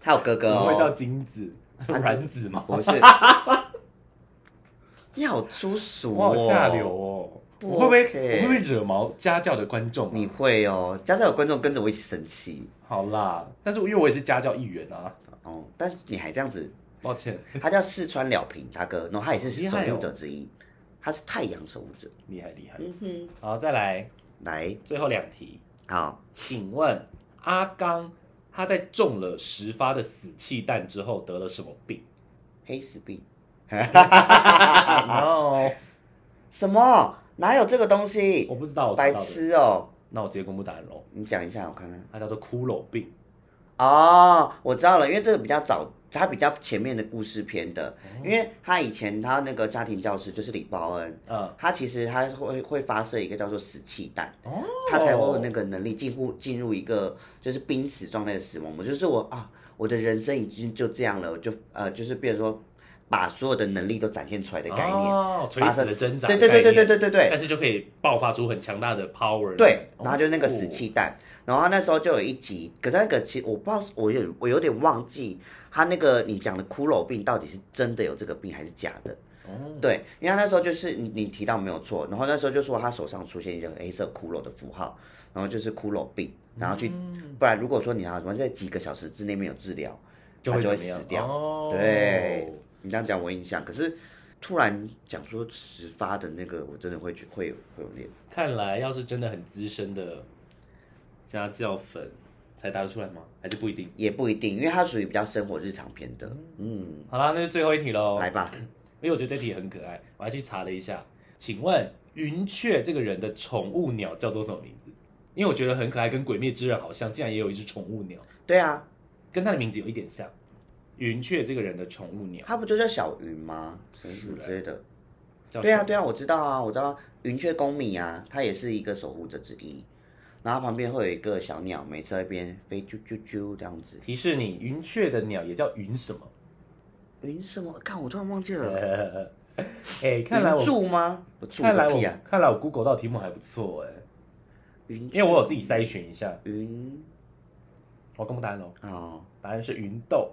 B: 还有哥
C: 怎
B: 哥
C: 么会叫
B: 哦，
C: 金子？
B: 啊
C: 卵子嘛，
B: 不是，你好粗俗哦，
C: 我好下流哦！
B: 不
C: 我会不会
B: OK
C: 我会不会惹毛家教的观众啊？
B: 你会哦，加上有观众跟着我一起生气
C: 好啦，但是因为我也是家教一员啊，
B: 哦，但是你还这样子，
C: 抱歉，
B: 他叫四川了平大哥，然后他也是
C: 好
B: 守
C: 厉害哦
B: 护者之一，他是太阳守护者。
C: 厉害厉害。
B: 嗯哼，
C: 好，再来
B: 来，
C: 最后两题，
B: 好，
C: 请问阿刚他在中了十发的死气弹之后得了什么病？
B: 黑死病，
C: 然后
B: 什么？哪有这个东西
C: 我？不知道，哦我查
B: 白
C: 到的，
B: 痴哦！
C: 那我直接公布答案喽，
B: 你讲一下，我看看。
C: 它叫做骷髅病。
B: 哦，我知道了，因为这个比较早，他比较前面的故事片的，因为他以前他那个家庭教师就是李包恩，
C: 嗯，
B: 他其实他会会发射一个叫做死气弹，
C: 哦，
B: 他才会有那个能力进入进入一个就是濒死状态的死亡。我就是我啊，我的人生已经就这样了，我就呃就是变成说把所有的能力都展现出来的概念，
C: 哦，垂
B: 发
C: 死
B: 射
C: 的
B: 死
C: 挣扎
B: 对
C: 的概念，
B: 对对对对对对对
C: 但，是就可以爆发出很强大的 power。
B: 对，
C: 哦
B: 然后就那个死气弹，然后他那时候就有一集，可是那个其实我不知道，我有我有点忘记他那个你讲的骷髅病到底是真的有这个病还是假的？
C: 哦，
B: 对，因为他那时候就是你你提到没有错，然后那时候就说他手上出现一个黑色骷髅的符号，然后就是骷髅病，然后去，
C: 嗯
B: 不然如果说你要什么在几个小时之内没有治疗，
C: 就
B: 他
C: 会
B: 就
C: 怎
B: 会
C: 么样
B: 死？掉。
C: 哦
B: 对，你这样讲我印象，可是突然讲说十发的那个，我真的会去会有会有点
C: 看来要是真的很资深的家教粉才答得出来吗？还是不一定？
B: 也不一定，因为它属于比较生活日常片的，嗯，
C: 好啦，那就最后一题喽。
B: 来吧，
C: 因为我觉得这题很可爱，我还去查了一下。请问云雀这个人的宠物鸟叫做什么名字？因为我觉得很可爱，跟《鬼灭之刃》好像，竟然也有一只宠物鸟，
B: 对啊，
C: 跟它的名字有一点像。云雀这个人的宠物鸟
B: 它不就叫小云吗？什
C: 是
B: 么
C: 欸
B: 之类的，
C: 叫
B: 对啊，
C: 什么，
B: 对啊，我知道啊，我知道云雀公米啊，它也是一个守护者之一，然后旁边会有一个小鸟，每次在那边飞啾啾啾这样子，
C: 提示你，云雀的鸟也叫云什么？
B: 云什么？看我突然忘记了，
C: 呃 哎、看来我
B: 云柱吗？不住
C: 看来
B: 个
C: 我
B: 屁啊，
C: 看来我 Google 到题目还不错哎、
B: 云雀，
C: 因为我有自己筛选一下，
B: 云
C: 我公布答案喽，
B: 哦
C: 答案是芸豆。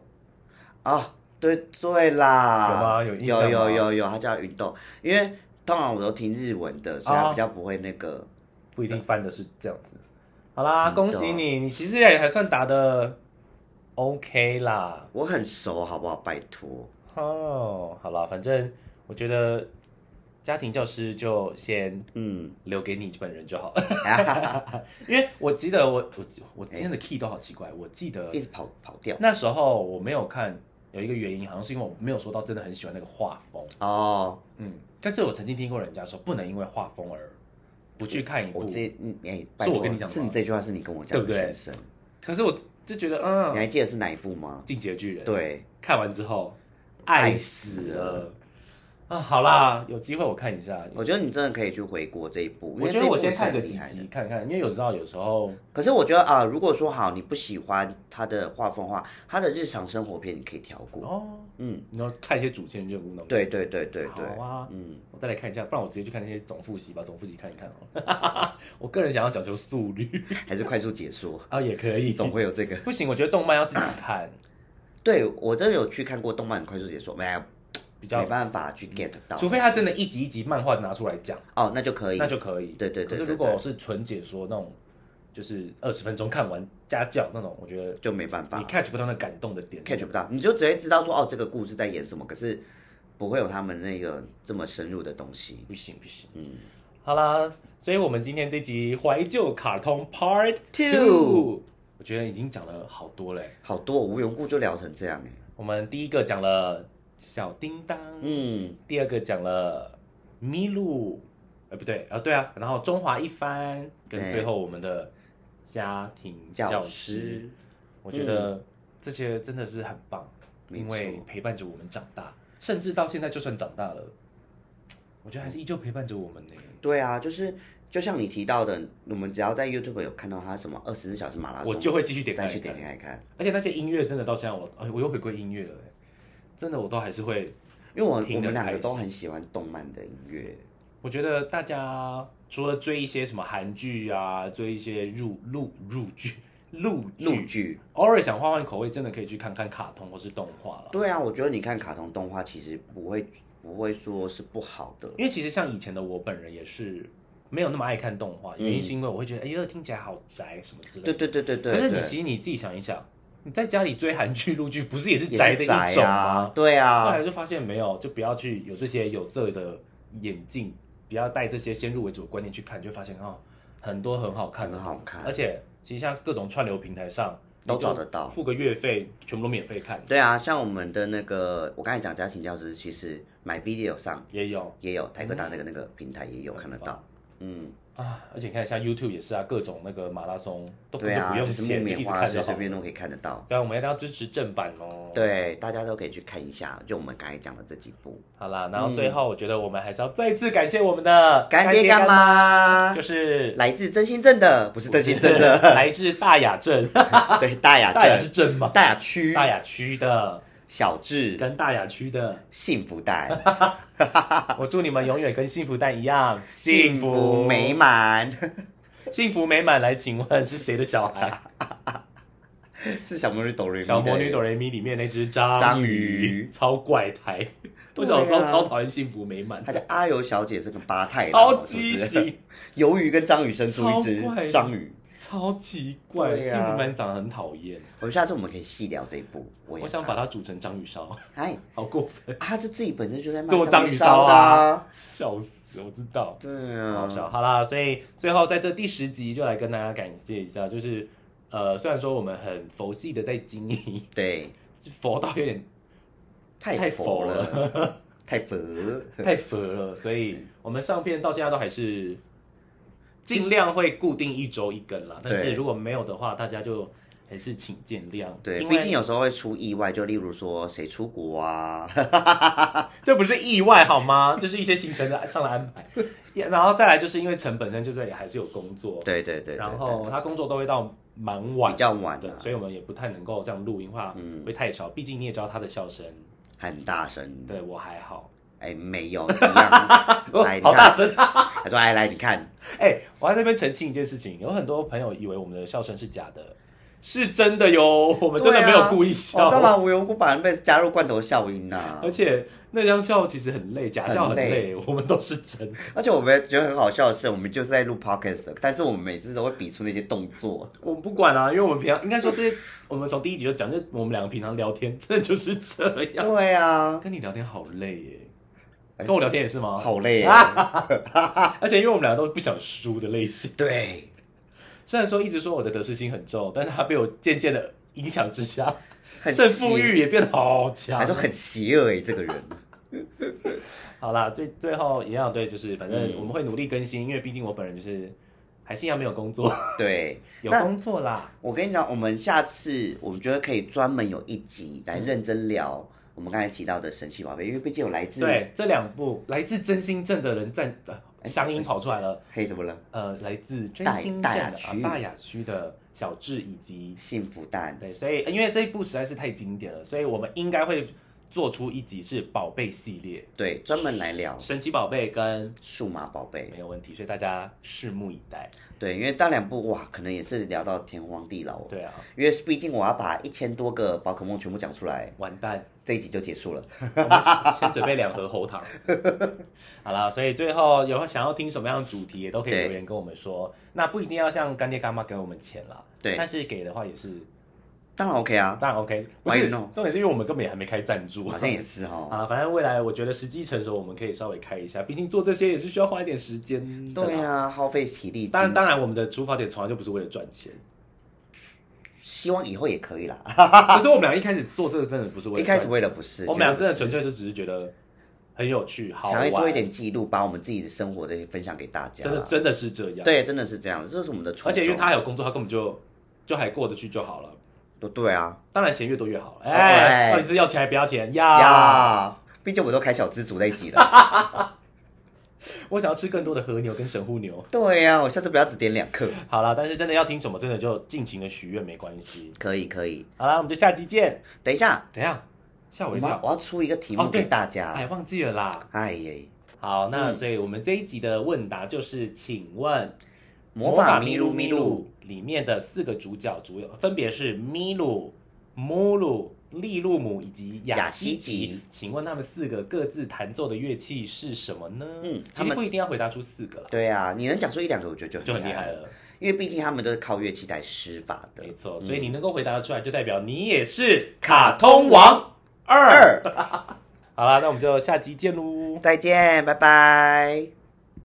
B: 啊，对对啦，
C: 有吗有印象吗
B: 有有有有，它叫云豆，因为通常我都听日文的，所以它
C: 哦
B: 比较不会那个。
C: 不一定翻的是这样子。好啦，
B: 嗯
C: 恭喜你，你其实也还算答的 OK 啦。
B: 我很熟，好不好？拜托，
C: 哦，好啦，反正我觉得家庭教师就先
B: 嗯，
C: 留给你本人就好， 因为我记得我我我今天的 key 都好奇怪，我记得
B: 哎一直跑跑掉。
C: 那时候我没有看，有一个原因好像是因为我没有说到真的很喜欢那个画风，
B: 哦，
C: 嗯，但是我曾经听过人家说不能因为画风而不去看一部
B: 我，这嗯哎，拜
C: 是
B: 托，
C: 我跟你讲的吗
B: 是你这句话是你跟我讲的，
C: 对不对
B: 先生？
C: 可是我就觉得
B: 你
C: 嗯，
B: 还记得是哪一部吗？
C: 进击的巨人，
B: 对，
C: 看完之后爱
B: 爱
C: 死
B: 死
C: 了啊！好啦，有机会我看一下。
B: 我觉得你真的可以去回国这一部，因
C: 我
B: 为
C: 觉
B: 这
C: 得
B: 一部
C: 我先
B: 是很
C: 看个
B: 厉
C: 几
B: 害的
C: 集。看看，因为有时候有时候
B: 可是我觉得啊、如果说好你不喜欢他的画风的话，他的日常生活片你可以跳过。
C: 哦，
B: 嗯，
C: 你要看一些主线任务那种。
B: 对对对对对，
C: 好啊
B: 嗯，
C: 我再来看一下，不然我直接去看那些总复习吧，总复习看一看哦。 我个人想要讲究速率
B: 还是快速解说，
C: 啊，也可以。
B: 总会有这个。
C: 不行，我觉得动漫要自己 看，
B: 对我真的有去看过动漫的快速解说，没有
C: 比较
B: 没，办法去 get 到，
C: 除非他真的一集一集漫画拿出来讲，
B: 哦，那就可以
C: 那。就可以。
B: 对对对
C: 可是
B: 对
C: 如
B: 对
C: 果是纯解说那种，就是二十分钟看完家教那种，我觉得
B: 就没办法
C: 你 catch 不到那感动的点。
B: catch 不到，你就只会知道说哦，这个故事在演什么，可是不会有他们那个这么深入的东西。
C: 不行不行。
B: 嗯，
C: 好啦，所以我们今天这集怀旧卡通 Part Two，
B: Two
C: 我觉得已经讲了好多嘞。
B: 好多我无缘无故就聊成这样哎。
C: 我们第一个讲了小叮当，
B: 嗯，
C: 第二个讲了麋鹿，呃不对，啊对啊，然后中华一番，跟
B: 对
C: 最后我们的家庭教师，
B: 教师
C: 我觉得这些真的是很棒，
B: 嗯没
C: 因为
B: 错
C: 陪伴着我们长大，甚至到现在就算长大了，我觉得还是依旧陪伴着我们呢。
B: 对啊，就是就像你提到的，我们只要在 YouTube 有看到他什么二十四小时马拉松，
C: 我就会继续点开
B: 再去
C: 来看
B: 点。开看，
C: 而且那些音乐真的到现在我，哎，我又回归音乐了、哎真的我都还是会，
B: 因为我
C: 听
B: 我
C: 得
B: 们两
C: 开
B: 个
C: 心
B: 都很喜欢动漫的音乐，
C: 我觉得大家除了追一些什么韩剧啊，追一些入入入剧入
B: 陆
C: 剧，
B: 剧。
C: 偶尔想换换口味，真的可以去看看卡通或是动画了。
B: 对啊，我觉得你看卡通动画其实不会不会说是不好的，
C: 因为其实像以前的我本人也是没有那么爱看动画，原因是因为我会觉得，哎呦，听起来好宅什么之类
B: 嗯对
C: 的。
B: 对对对对
C: 可是你
B: 对，
C: 其实你自己想一想，你在家里追韩剧、陆剧，不是也是
B: 也
C: 宅的
B: 是
C: 一
B: 宅
C: 种
B: 啊
C: 吗？，
B: 对
C: 后
B: 啊
C: 来，就发现没有，就不要去有这些有色的眼镜，不要带这些先入为主的观念去看，就发现哦，很多很好看的
B: 很
C: 东西，
B: 好看
C: 而且其实像各种串流平台上
B: 都找得到。
C: 付个月费，全部都免费看，
B: 对啊，像我们的那个，我刚才讲家庭教师，其实买 video 上
C: 也有
B: 也有台科大那个那个平台也
C: 嗯
B: 有看得到，嗯，
C: 啊。而且你看，像 YouTube 也是啊，各种那个马拉松都根
B: 对
C: 本
B: 啊，
C: 不用
B: 就是木
C: 钱，就一
B: 棉
C: 直
B: 花
C: 看
B: 随
C: 就
B: 随
C: 好。哦啊
B: 便都可以看得到，
C: 所以我们一定要支持正版哦。，
B: 对，大家都可以去看一下，就我们刚才讲的这几部，
C: 好啦，然后最后我觉得我们还是要再次感谢我们的
B: 嗯干爹干，妈
C: 就，是
B: 来自真心镇的，不是真心镇的，
C: 来自大雅 镇，
B: 对，大雅
C: 大雅是
B: 镇、
C: 镇吗？
B: 大雅区、
C: 大雅区的，
B: 小智
C: 跟大雅区 的，
B: 幸福 蛋，
C: 我祝你们永远跟幸福蛋一样
B: 幸福美，满，
C: 幸福美满。来，请问是谁的小孩？
B: 是小魔女哆瑞咪的
C: 小魔女哆瑞咪里面那只章
B: 章
C: 鱼
B: 鱼，
C: 超怪胎。我小时候超讨厌幸福美满
B: 她，叫阿尤小姐，是个八太郎
C: 超畸
B: 是不是
C: 形，
B: 鱿鱼跟章鱼生出一
C: 超怪的
B: 只章鱼。
C: 超奇怪，
B: 对
C: 幸
B: 啊
C: 福美满长得很讨厌。
B: 我们下次我们可以细聊这一部。我也
C: 我想把它煮成章鱼烧，
B: 看哎，
C: 好过分，
B: 啊，就自己本身就在卖
C: 做章鱼
B: 鱼
C: 烧
B: 烧的
C: 啊
B: 啊，
C: 笑死！我知道，
B: 对
C: 好
B: 啊，
C: 笑。好啦，所以最后在这第十集就来跟大家感谢一下，就是呃，虽然说我们很佛系的在经营，
B: 对，
C: 佛到有点太
B: 太
C: 佛
B: 佛
C: 了
B: 了， 太佛了，
C: 太佛了，所以我们上片到现在都还是尽量会固定一周一根啦。但是
B: 对
C: 如果没有的话，大家就还是请见谅。
B: 对，
C: 因
B: 毕竟
C: 为
B: 有时候会出意外，就例如说谁出国啊，
C: 这不是意外好吗？ 就是一些行程的上的安排，也然后再来就是因为陈本身就是也还是有工作，
B: 对对对，对
C: 然
B: 对
C: 后他工作都会到蛮晚
B: 比较晚啊
C: 的，
B: 了，
C: 所以我们也不太能够这样录音的话，
B: 嗯
C: 会太吵。毕竟你也知道他的笑声，
B: 很大声，
C: 对我还好，
B: 哎，没有一样
C: 哦，
B: 嗯哎来，你
C: 好大
B: 看，
C: 声
B: 他说哎来，你看，
C: 哎、我在这边澄清一件事情，有很多朋友以为我们的笑声是假的，是真的哟， 我们真的没有故意笑。
B: 我啊哦干嘛无缘无故把人被加入罐头效应 啊呢？
C: 而且那张笑其实很累，假笑很
B: 很
C: 累，我们都是真的。
B: 而且我们觉得很好笑的是，我们就是在录 podcast，的但是我们每次都会比出那些动作，
C: 我们不管啊，因为我们平常应该说这些，我们从第一集就讲，就是我们两个平常聊天 真的就是这样。
B: 对啊，
C: 跟你聊天好累耶，
B: 哎
C: 跟我聊天也是吗？
B: 好 累啊，
C: 而且因为我们两个都是不想输的类型，
B: 对，
C: 虽然说一直说我的得失心很重，但是他被我渐渐的影响之下，
B: 很
C: 胜负
B: 邪，
C: 欲也变得好强，
B: 还说很邪恶哎、这个人，
C: 好啦，最最后一样对，就是反正
B: 嗯
C: 我们会努力更新，因为毕竟我本人就是还是一样没有工 作，
B: 对
C: 有
B: 那
C: 工作啦，
B: 我跟你讲，我们下次我们觉得可以专门有一集来认真聊我们刚才提到的神奇宝贝，因为毕竟有来自
C: 对，这两部来自真心镇的人站，呃
B: 哎
C: 乡音跑出来了，
B: 嘿怎么了，
C: 呃，来自真心镇的
B: 大雅
C: 啊
B: 区
C: 大雅区的小智以及
B: 幸福蛋，
C: 对，所以因为这一部实在是太经典了，所以我们应该会做出一集是宝贝系列，
B: 对，专门来聊
C: 神奇宝贝跟
B: 数码宝贝
C: 没，有问题，所以大家拭目以待。
B: 对，因为大两部哇，可能也是聊到天荒地老哦，
C: 对啊，
B: 因为毕竟我要把一千多个宝可梦全部讲出来，
C: 完蛋。
B: 这一集就结束了。
C: 我们 先准备两盒喉糖。好啦，所以最后有想要听什么样的主题，也都可以
B: 对
C: 留言跟我们说。那不一定要像干爹干妈给我们钱啦，
B: 对
C: 但是给的话也是
B: 当然 OK 啊，
C: 当然 OK。不
B: Why
C: 是，
B: not？
C: 重点是因为我们根本也还没开赞助，
B: 好像也是哦 哈。
C: 啊。反正未来我觉得时机成熟，我们可以稍微开一下，毕竟做这些也是需要花一点时间的啦。
B: 对啊，耗费体力。
C: 当然，
B: 精神
C: 当然，我们的出发点从来就不是为了赚 钱。
B: 希望以后也可以啦。
C: 可是我们俩一开始做这个真的不是为了
B: 一开始
C: 赚
B: 为了不是，
C: 钱我们俩真的
B: 觉
C: 纯
B: 得
C: 粹就只是觉得很有趣，好
B: 不是
C: 玩，
B: 想要做一点记录，把我们自己的生活这些分享给大家。
C: 真的真的是这样。
B: 对，真的是这样，这是我们的初衷。
C: 而且因为他还有工作，他根本就就还过得去就好了。
B: 不对啊，
C: 当然钱越多越好。哎、
B: 哎
C: 到底啊是要钱还不要钱？要。
B: 呀，毕竟我们都开小资族那一集了。
C: 我想要吃更多的和牛跟神户牛。
B: 对啊呀、我下次不要只点两克。
C: 好啦，但是真的要听什么，真的就尽情的许愿没关系。
B: 可以可以，
C: 好啦，我们就下集见。
B: 等一下，
C: 怎样？吓我
B: 我
C: 一
B: 们要
C: 跳！
B: 我要出一个题
C: 哦
B: 目
C: 对
B: 给大家。
C: 哎，忘记了啦。
B: 哎耶，
C: 好，那
B: 嗯
C: 所以我们这一集的问答就是，请问《
B: 魔法咪噜咪噜
C: 路》里面的四个主角主要分别是咪鲁、母鲁、利路姆以及雅西
B: 雅
C: 吉
B: 西吉，
C: 请问他们四个各自弹奏的乐器是什么呢？
B: 嗯
C: 其
B: 他
C: 实
B: 们
C: 不一定要回答出四个啦，
B: 对啊，你能讲出一两个，我觉得
C: 就
B: 就
C: 很
B: 很
C: 厉害
B: 害。
C: 了。
B: 因为毕竟他们都是靠乐器来施法的。
C: 没错，
B: 嗯
C: 所以你能够回答得出来，就代表你也是
B: 卡通王
C: 二。
B: 二，
C: 好啦，那我们就下集见喽。
B: 再见，拜拜。